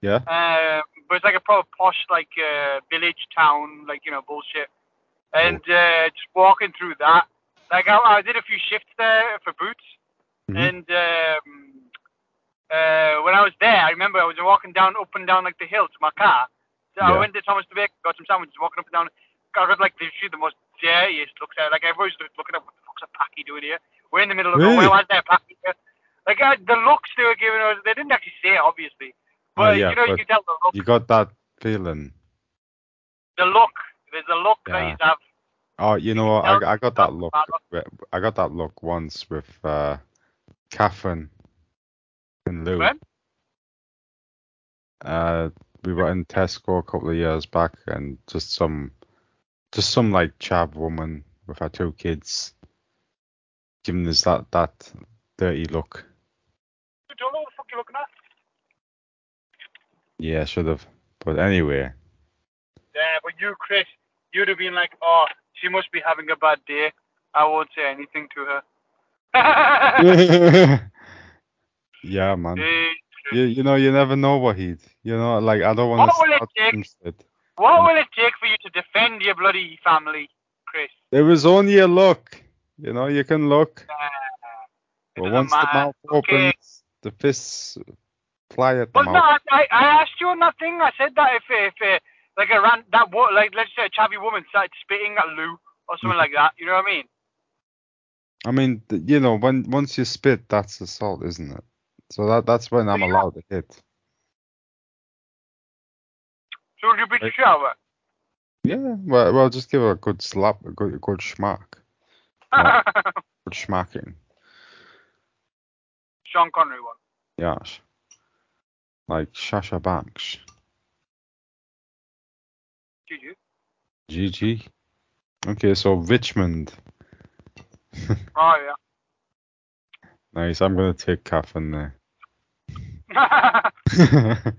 C: Yeah.
D: Um, but it's like a proper posh, like uh, village town, like you know bullshit. And uh, just walking through that, like I, I did a few shifts there for Boots,
C: Mhm.
D: and um, uh, when I was there, I remember I was walking down, up and down like the hill to my car. So I
C: Yeah.
D: went to Thomas the Baker, got some sandwiches, walking up and down. I got like the, the most dirtiest looks out. Like everybody's look- looking at what the fuck's a packy doing here. We're in the middle of
C: Really?
D: nowhere. Why is there a packy here? Like uh, the looks they were giving us, they didn't actually say it, obviously. But
C: Oh, yeah,
D: you know, you
C: but
D: can tell the look.
C: You got that feeling.
D: The look. There's a look that
C: Yeah.
D: you have.
C: Oh, you know what? I, I got that look.
D: Bad
C: I got that look once with uh, Catherine and Lou.
D: When?
C: Uh, we were in Tesco a couple of years back, and just some, just some like chav woman with her two kids, giving us that that dirty look.
D: You don't know what the fuck you're looking at.
C: Yeah, should have. But anyway,
D: Yeah, but you, Chris, you'd have been like, oh, she must be having a bad day. I won't say anything to her.
C: yeah, man.
D: Eh,
C: You, you know, you never know what he'd. You know, like I don't want
D: What will it take?
C: to.
D: What will it take for you to defend your bloody family, Chris?
C: It was only a look. You know, you can look.
D: Ah, It
C: But
D: doesn't
C: once the
D: matter.
C: mouth
D: Okay.
C: opens, the fists fly at the
D: Well, no,
C: mouth.
D: I, I I asked you on that thing. I said that if if uh, like a ran that wo- like let's say a chavvy woman started spitting at Lou or something
C: Mm.
D: like that. You know what I mean?
C: I mean, th- you know, when once you spit, that's assault, isn't it? So that that's when I'm
D: Yeah.
C: allowed to hit.
D: So would you be
C: Right.
D: shower?
C: Yeah, well, well, just give her a good slap, a good, a good schmack, Right. good schmacking.
D: Sean Connery one.
C: Yes, like Shasha Banks.
D: Did you?
C: GG. Okay, so Richmond.
D: Oh yeah.
C: Nice. I'm gonna take Catherine there.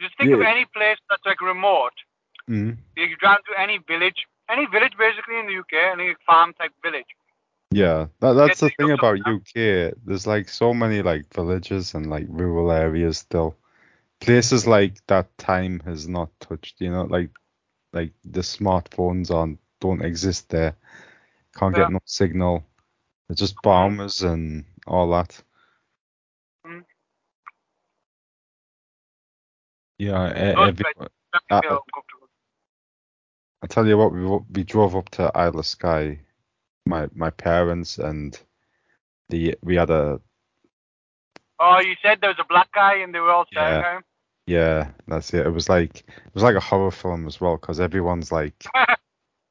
D: Just think of
C: Yeah.
D: any place that's like remote.
C: mm,
D: You can drive to any village, any village basically in the UK, any farm type village.
C: Yeah, that, that's the
D: they
C: thing
D: go
C: about
D: somewhere.
C: UK. There's like so many like villages and like rural areas still. Places like that time has not touched, you know, like like the smartphones aren't don't exist there. Can't
D: Yeah. Mm-hmm.
C: get no signal. It's just bombers and all that.
D: Mm.
C: Yeah, e-
D: Those
C: every-
D: That
C: Uh,
D: makes me
C: uh,
D: uncomfortable.
C: I tell you what, we wa- we drove up to Isle of Skye, my my parents and the we had a
D: Oh, you said there was a black guy and they were all staring
C: Yeah.
D: at him.
C: Yeah, that's it. It was like it was like a horror film as well because everyone's like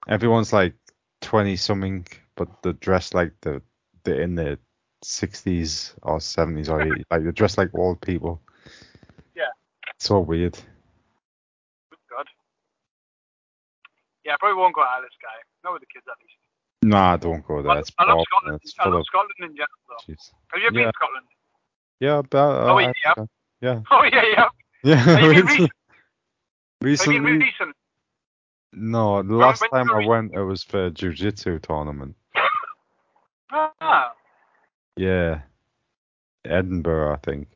C: everyone's like twenty something, but they're dressed like the they're in their sixties or seventies or 80s. like they're dressed like old people.
D: Yeah.
C: So weird.
D: Good God. Yeah, I probably won't go out of this guy. Not with the kids at least.
C: Nah, don't go there.
D: I,
C: It's
D: I love
C: awful.
D: Scotland.
C: It's
D: I
C: full
D: love
C: of
D: Scotland in general though.
C: jeez.
D: Have you ever been
C: Yeah.
D: to Scotland?
C: Yeah, but uh,
D: Oh, wait,
C: I-
D: yeah.
C: yeah,
D: Oh yeah, yeah.
C: yeah.
D: you been
C: recent-
D: Have you been
C: Recently,
D: recent?
C: no. The last
D: went
C: time
D: to
C: I
D: Greece?
C: went, it was for a jiu-jitsu tournament.
D: Ah.
C: Yeah, Edinburgh, I think.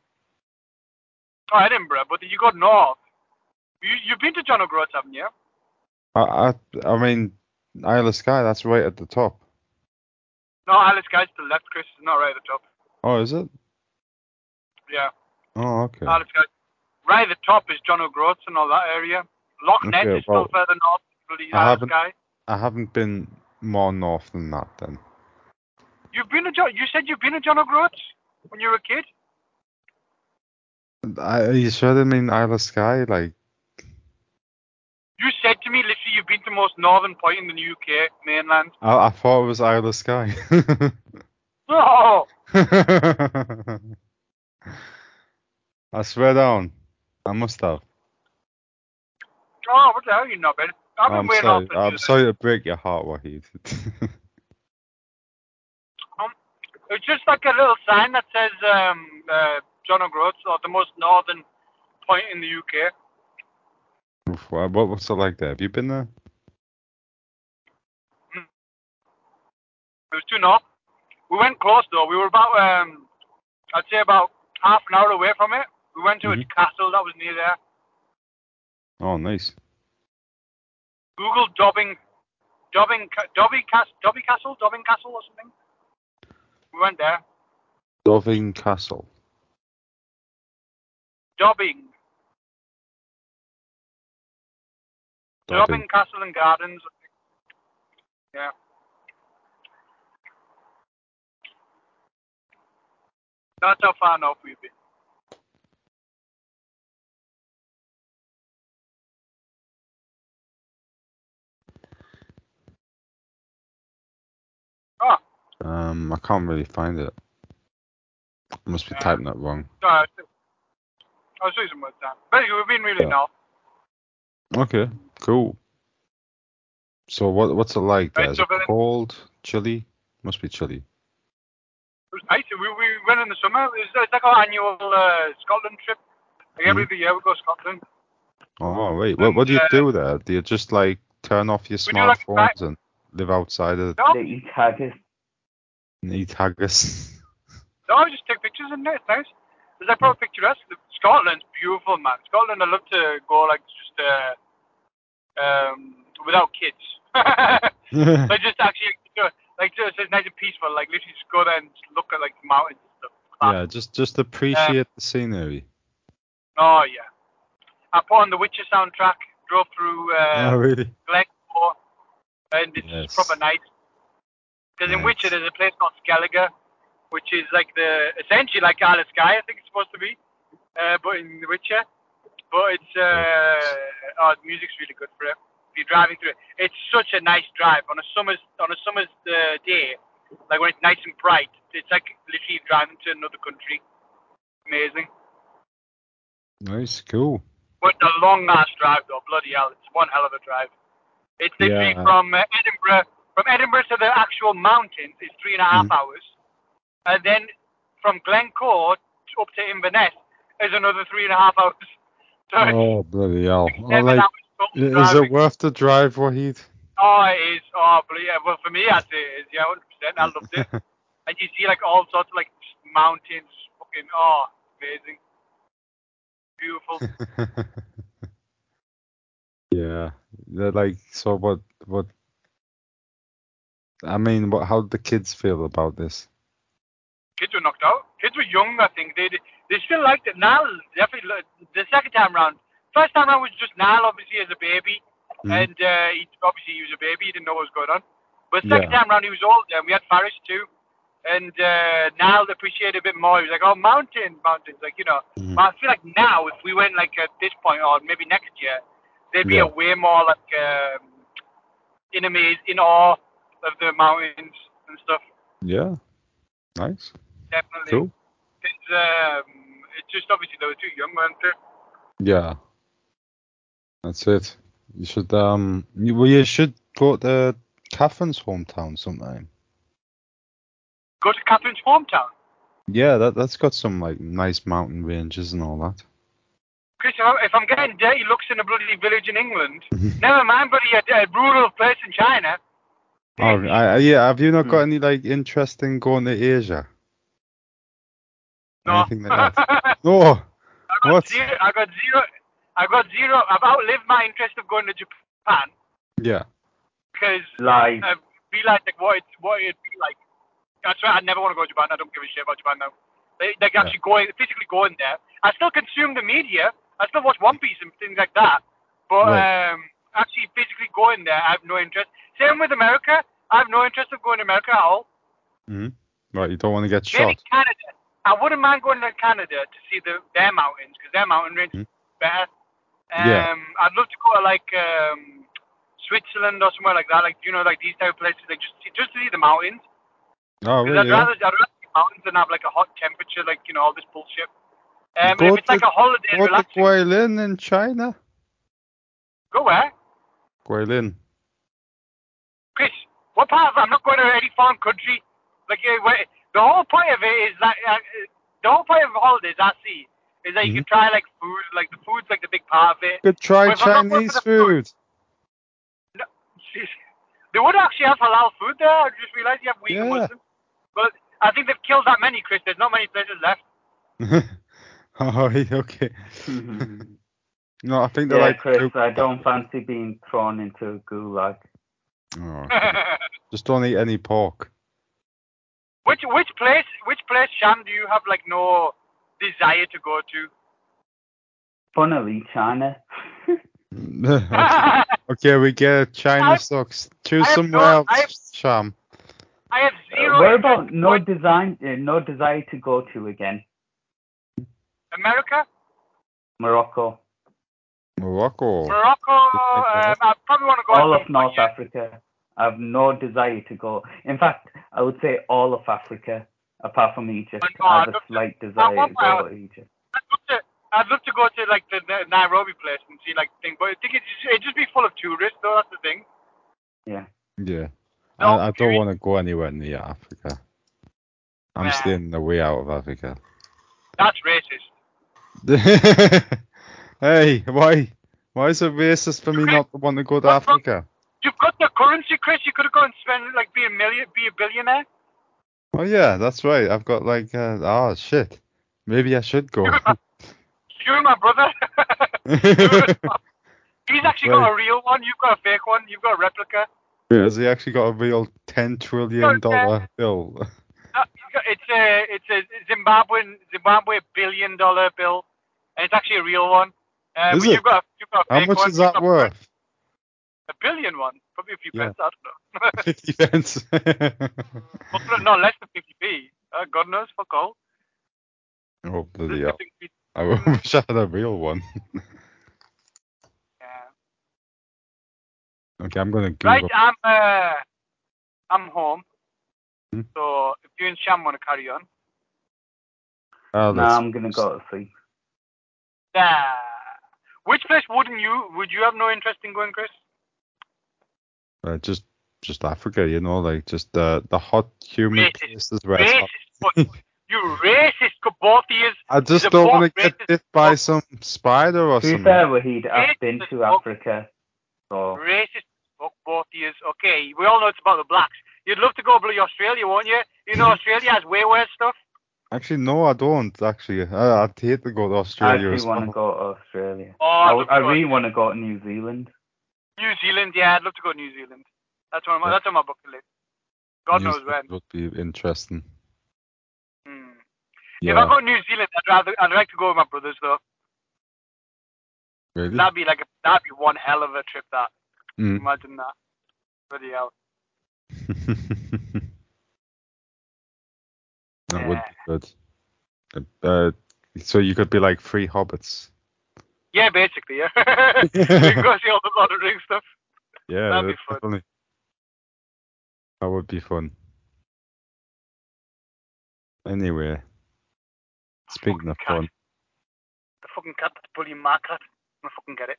D: Oh, Edinburgh, but you go north. You you've been to John O'Groats, haven't you?
C: I, I, I mean, Isle of Skye, that's right at the top.
D: No, Alice Guy's to the left, Chris. It's not right at the top.
C: Oh, is it?
D: Yeah,
C: Oh, okay.
D: Alice Guy. Right at the top is John O'Groats and all that area. Loch Ness
C: Okay,
D: is
C: well,
D: still further north. bloody
C: I
D: Alice
C: haven't-
D: Guy.
C: I haven't been more north than that then.
D: You've been to John. You said you've been to John O'Groats when you were a kid.
C: I, are you sure they mean Isle of Skye? Like,
D: You said to me literally you've been to the most northern point in the UK mainland.
C: I, I thought it was Isle of Skye.
D: No,
C: I swear down. I must have.
D: oh, what the hell? You're not bad. I've been
C: I'm
D: way
C: sorry.
D: north. than you
C: I'm
D: then.
C: sorry to break your heart, Wahid.
D: It's just like a little sign that says um, uh, John O'Groats, or the most northern point in the UK.
C: Oof, wha- what was it like there? Have you been there?
D: It was too north. We went close though. We were about, um, I'd say, about half an hour away from it. We went to
C: Mhm.
D: a castle that was near there.
C: Oh, nice.
D: Google Dobbing, Dobbing, Ca- Dobby, Cas- Dobby Castle, Dobbing Castle or something. We went there.
C: Doving Castle.
D: Dobbing,
C: Dobbing.
D: Dobbing Castle and Gardens. Yeah. That's how far north we've been. Oh,
C: Um, I can't really find it. Must be
D: Yeah.
C: typing it wrong.
D: sorry. I was losing words down. Basically, we've been really
C: Yeah.
D: north.
C: Okay, cool. So what what's it like there?
D: Right,
C: Is
D: so
C: it
D: then-
C: cold? Chilly? Must be chilly.
D: It was nice. We, we went in the summer. It's, it's like our annual uh, Scotland trip. Like
C: Mm-hmm.
D: every other year we go to Scotland.
C: Oh wait, what what do you
D: uh,
C: do there? Do you just like turn off your
D: we do, like,
C: smartphones
D: back-
C: and live outside of
D: No,
B: They eat haggis.
C: and eat haggis?
D: No, I just take pictures and it's nice. There's like proper picturesque. Scotland's beautiful, man. Scotland, I love to go like just uh, um, without kids. like just actually you know, like just it's nice and peaceful. Like literally just go there and just look at like mountains and stuff.
C: yeah, just just appreciate the scenery.
D: Oh yeah. I put on the Witcher soundtrack. Drove through
C: oh
D: uh,
C: really?
D: Glencore, and it's
C: Yes.
D: just proper nice. Because in
C: Nice.
D: Witcher there's a place called Skellige, which is like the essentially like Isle of Skye, I think it's supposed to be, uh, but in The Witcher. But it's uh, oh, the music's really good for it. If you're driving through it, it's such a nice drive on a summer's on a summer's uh, day, like when it's nice and bright. It's like literally driving to another country. Amazing.
C: Nice, cool.
D: But a long ass drive though, bloody hell, it's one hell of a drive. It's literally
C: Yeah.
D: from uh, Edinburgh, from Edinburgh to the actual mountains is three and a half
C: Mhm.
D: hours, and then from Glencore to- up to Inverness is another three and a half hours. So it's
C: Oh bloody hell! Oh,
D: seven
C: like,
D: hours total
C: is it
D: driving.
C: worth the drive, Wahid?
D: Oh, it is. Oh, bloody yeah. Well, for me, I'd say it is. Yeah, 100%. I loved it. and you see like all sorts of like mountains, fucking oh, amazing, beautiful.
C: yeah, they're like so. What what? I mean, what? How do the kids feel about this?
D: kids were knocked out. Kids were young, I think. They they still liked it. Niall definitely li- the second time round. First time round was just Niall, obviously as a baby,
C: Mhm.
D: and uh, he, obviously he was a baby. He didn't know what was going on. But second
C: Yeah.
D: time round he was older, and we had Faris too, and uh, Niall appreciated a bit more. He was like, "Oh, mountain, mountains!" Like you know.
C: Mhm.
D: But I feel like now, if we went like at this point or maybe next year, there'd be
C: Yeah.
D: a way more like um, in amaze, in awe of the mountains and stuff.
C: Yeah, nice,
D: Definitely.
C: cool.
D: It's um, it's just obviously they were too young, weren't they?
C: Yeah, that's it. You should um, you, well, you should go to Catherine's hometown sometime.
D: Go to Catherine's hometown.
C: Yeah, that that's got some like nice mountain ranges and all that.
D: Chris, if I'm, if I'm getting dirty looks in a bloody village in England, never mind, but a, a rural place in China.
C: Oh, I, I- yeah. Have you
D: Hmm.
C: not got any like interest in going to Asia?
D: No.
C: Anything like that? No.
D: I got
C: What?
D: zero. I got zero. I got zero. I've outlived my interest of going to Japan
C: Yeah.
D: because
B: Lie.
D: I realised like what it what it'd be like. That's right. I never want to go to Japan. I don't give a shit about Japan now. They, they're actually going, physically going there. I still consume the media. I still watch One Piece and things like that. But
C: Right.
D: um, actually, physically going there, I have no interest. Same with America. I have no interest of going to America at all.
C: Right, you don't want to get
D: Maybe
C: shot.
D: Canada. I wouldn't mind going to Canada to see the their mountains because their mountain range is better. Um,
C: Hmm. Yeah.
D: I'd love to go to like um, Switzerland or somewhere like that. Like you know, like these type of places, like just to- just to see the mountains.
C: Oh,
D: Because I'd
C: really? yeah.
D: rather I'd rather see mountains than have like a hot temperature, like you know all this bullshit. Um,
C: Go
D: if it's like
C: to-
D: a holiday,
C: Go to
D: relaxing,
C: Guilin in China.
D: go where?
C: Guilin.
D: Chris, what part of I'm not going to any foreign country. Like uh, where, the whole point of it is that uh, uh, the whole point of holidays I see is that you
C: Mm-hmm.
D: can try like food, like the food's like the big part of it.
C: You could try
D: Well, if I'm not going for
C: Chinese
D: the food-
C: food.
D: They would actually have halal food there. I just realised you have vegan
C: Yeah.
D: Muslim. But I think they've killed that many, Chris. There's not many places left.
C: oh, okay. No, I think they're
B: yeah,
C: like.
B: Chris, I don't fancy being thrown into a gulag.
C: Oh, just don't eat any pork.
D: which which place which place Sham do you have like no desire to go to?
B: Funnily, China.
C: okay,
D: I
C: we get it. China
D: I-
C: sucks. Choose
D: I have
C: somewhere
D: no-
C: else,
D: I have-
C: Sham.
D: have zero.
B: Uh, where
D: interest
B: about
D: in
B: no
D: going-
B: design, uh, no desire to go to again?
D: America,
B: Morocco,
C: Morocco.
D: Morocco. Um, I probably want to go.
B: all
D: at
B: of
D: some point,
B: North
D: yeah.
B: Africa. I have no desire to go. In fact, I would say all of Africa, apart from Egypt.
D: Oh, no,
B: I have a
D: I don't-
B: slight
D: I
B: desire
D: want
B: to
D: my-
B: go to Egypt.
D: I'd love to. I'd love to go to like the Nai- Nairobi place and see like thing, but I think it'd just, it'd just be full of tourists though. That's the thing.
B: Yeah.
C: Yeah.
D: No,
C: I, I don't
D: you-
C: want to go anywhere near Africa. I'm
D: Nah.
C: staying the way out of Africa.
D: That's racist.
C: hey, why? Why is it racist for me not to want to go to
D: What's wrong-
C: Africa?
D: You've got the currency, Chris. You could have gone and spend like be a million, be a billionaire.
C: Oh yeah, that's right. I've got like, uh, oh shit. Maybe I should go.
D: You and my brother.
C: Has
D: He's actually got a real one. You've got a fake one. You've got a replica.
C: he actually got a real ten trillion dollar bill?
D: Uh, you've got- It's a it's a Zimbabwean Zimbabwe billion dollar bill, and it's actually a real one. Uh,
C: Is
D: but
C: it?
D: You've got a, you've got a
C: How
D: fake
C: much
D: one.
C: is
D: You've
C: that
D: got
C: worth?
D: A billion one, probably a few
C: Yeah.
D: pence. I don't know.
C: Fifty cents.
D: Well, no, no, less than 50p. Uh, God knows, fuck all.
C: oh bloody
D: Yeah.
C: hell! I wish I had a real one. Okay, I'm gonna
D: Right,
C: Google.
D: I'm uh, I'm home.
C: Hmm.
D: So if you and Sham want to carry on,
B: No,
C: Oh, that's-
B: I'm gonna go to sleep.
D: nah. which place wouldn't you? Would you have no interest in going, Chris?
C: Uh, just just Africa, you know, like just the the hot humid
D: Racist.
C: places where it's
D: Racist,
C: hot.
D: fuck. you racist, Kabotias.
C: I just
D: a
C: don't
D: fuck
C: want to get
D: racist
C: bit by some spider or
B: To be
C: something.
B: fair,
D: um,
B: Wahid, I've
D: It's
B: been
D: the
B: to
D: smoke.
B: Africa, so
D: Racist, fuck Kabotias. Okay, we all know it's about the blacks. You'd love to go bloody Australia, won't you? You know Australia has way worse stuff.
C: Actually, no, I don't. Actually, I, I'd hate to go to
B: I
C: Australia.
B: do
C: as
B: want to go
C: well.
B: to Australia.
D: Oh,
B: I,
D: look,
B: I
D: God.
B: really want to go to New Zealand.
D: New Zealand, yeah, I'd love to go to New Zealand. That's one of my,
C: Yeah.
D: that's on my bucket list. God
C: New
D: knows when.
C: Zealand Would be interesting.
D: Hmm. If I
C: Yeah,
D: go to New Zealand, I'd rather I'd like to go with my brothers though.
C: really.
D: That'd be like a, that'd be one hell of a trip. That
C: Mm.
D: imagine that. Bloody hell.
C: that would be good. Uh, uh, so you could be like three hobbits.
D: Yeah, basically, yeah. we can go see all the Lord of the Rings stuff.
C: Yeah,
D: That'd be
C: that's
D: fun.
C: definitely- That would be fun. Anyway, speaking of
D: Fucking
C: fun,
D: The fucking cat that's bullying my cat. I fucking get it.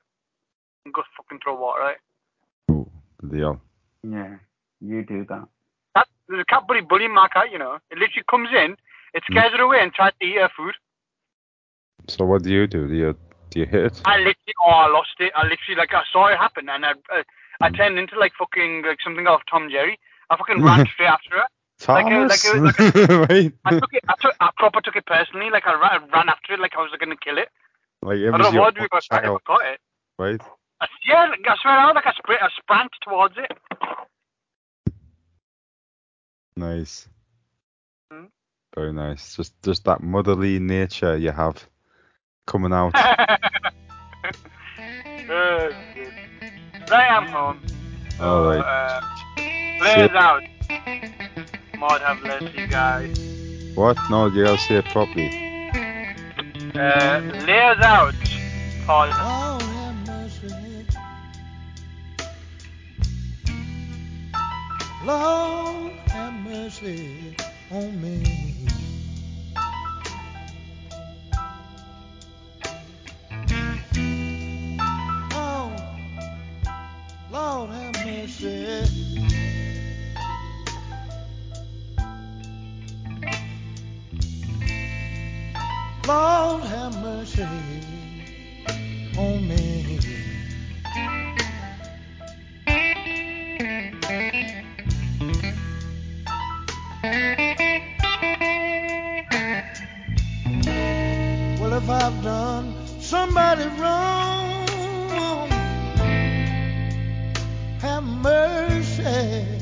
D: And go fucking throw water at it.
C: the um,
B: Yeah, you do that.
D: Cat, there's a cat bully bullying my cat. You know, it literally comes in, it
C: Hmm.
D: scares her away and tries to eat her food.
C: so what do you do? Do you do you hit it?
D: I literally, oh, I lost it. I literally, like, I saw it happen, and I, I, I turned into like fucking like something out of Tom and Jerry. I fucking ran straight after her. like a- like
C: Thomas,
D: a-
C: Right?
D: I took it, I took, I proper took it personally. Like I ran, I ran after it, like I was gonna kill it.
C: like it
D: I don't
C: was
D: know
C: your
D: what to do
C: own
D: if I if I
C: child,
D: got it.
C: right?
D: I, yeah, like, I swear out, like I, spr- I sprang towards it.
C: Nice.
D: Hmm?
C: very nice. Just just that motherly nature you have coming out.
D: Uh, right, I'm home.
C: All
D: So,
C: right.
D: Uh,
C: See
D: players
C: ya.
D: out. Might have Leslie, guys.
C: What? No, you gotta say it properly.
D: Uh, layers out. Pause.
E: Lord have mercy. Lord have mercy on me. Oh, Lord have mercy. Lord have mercy on me. Well, if I've done somebody wrong, have mercy.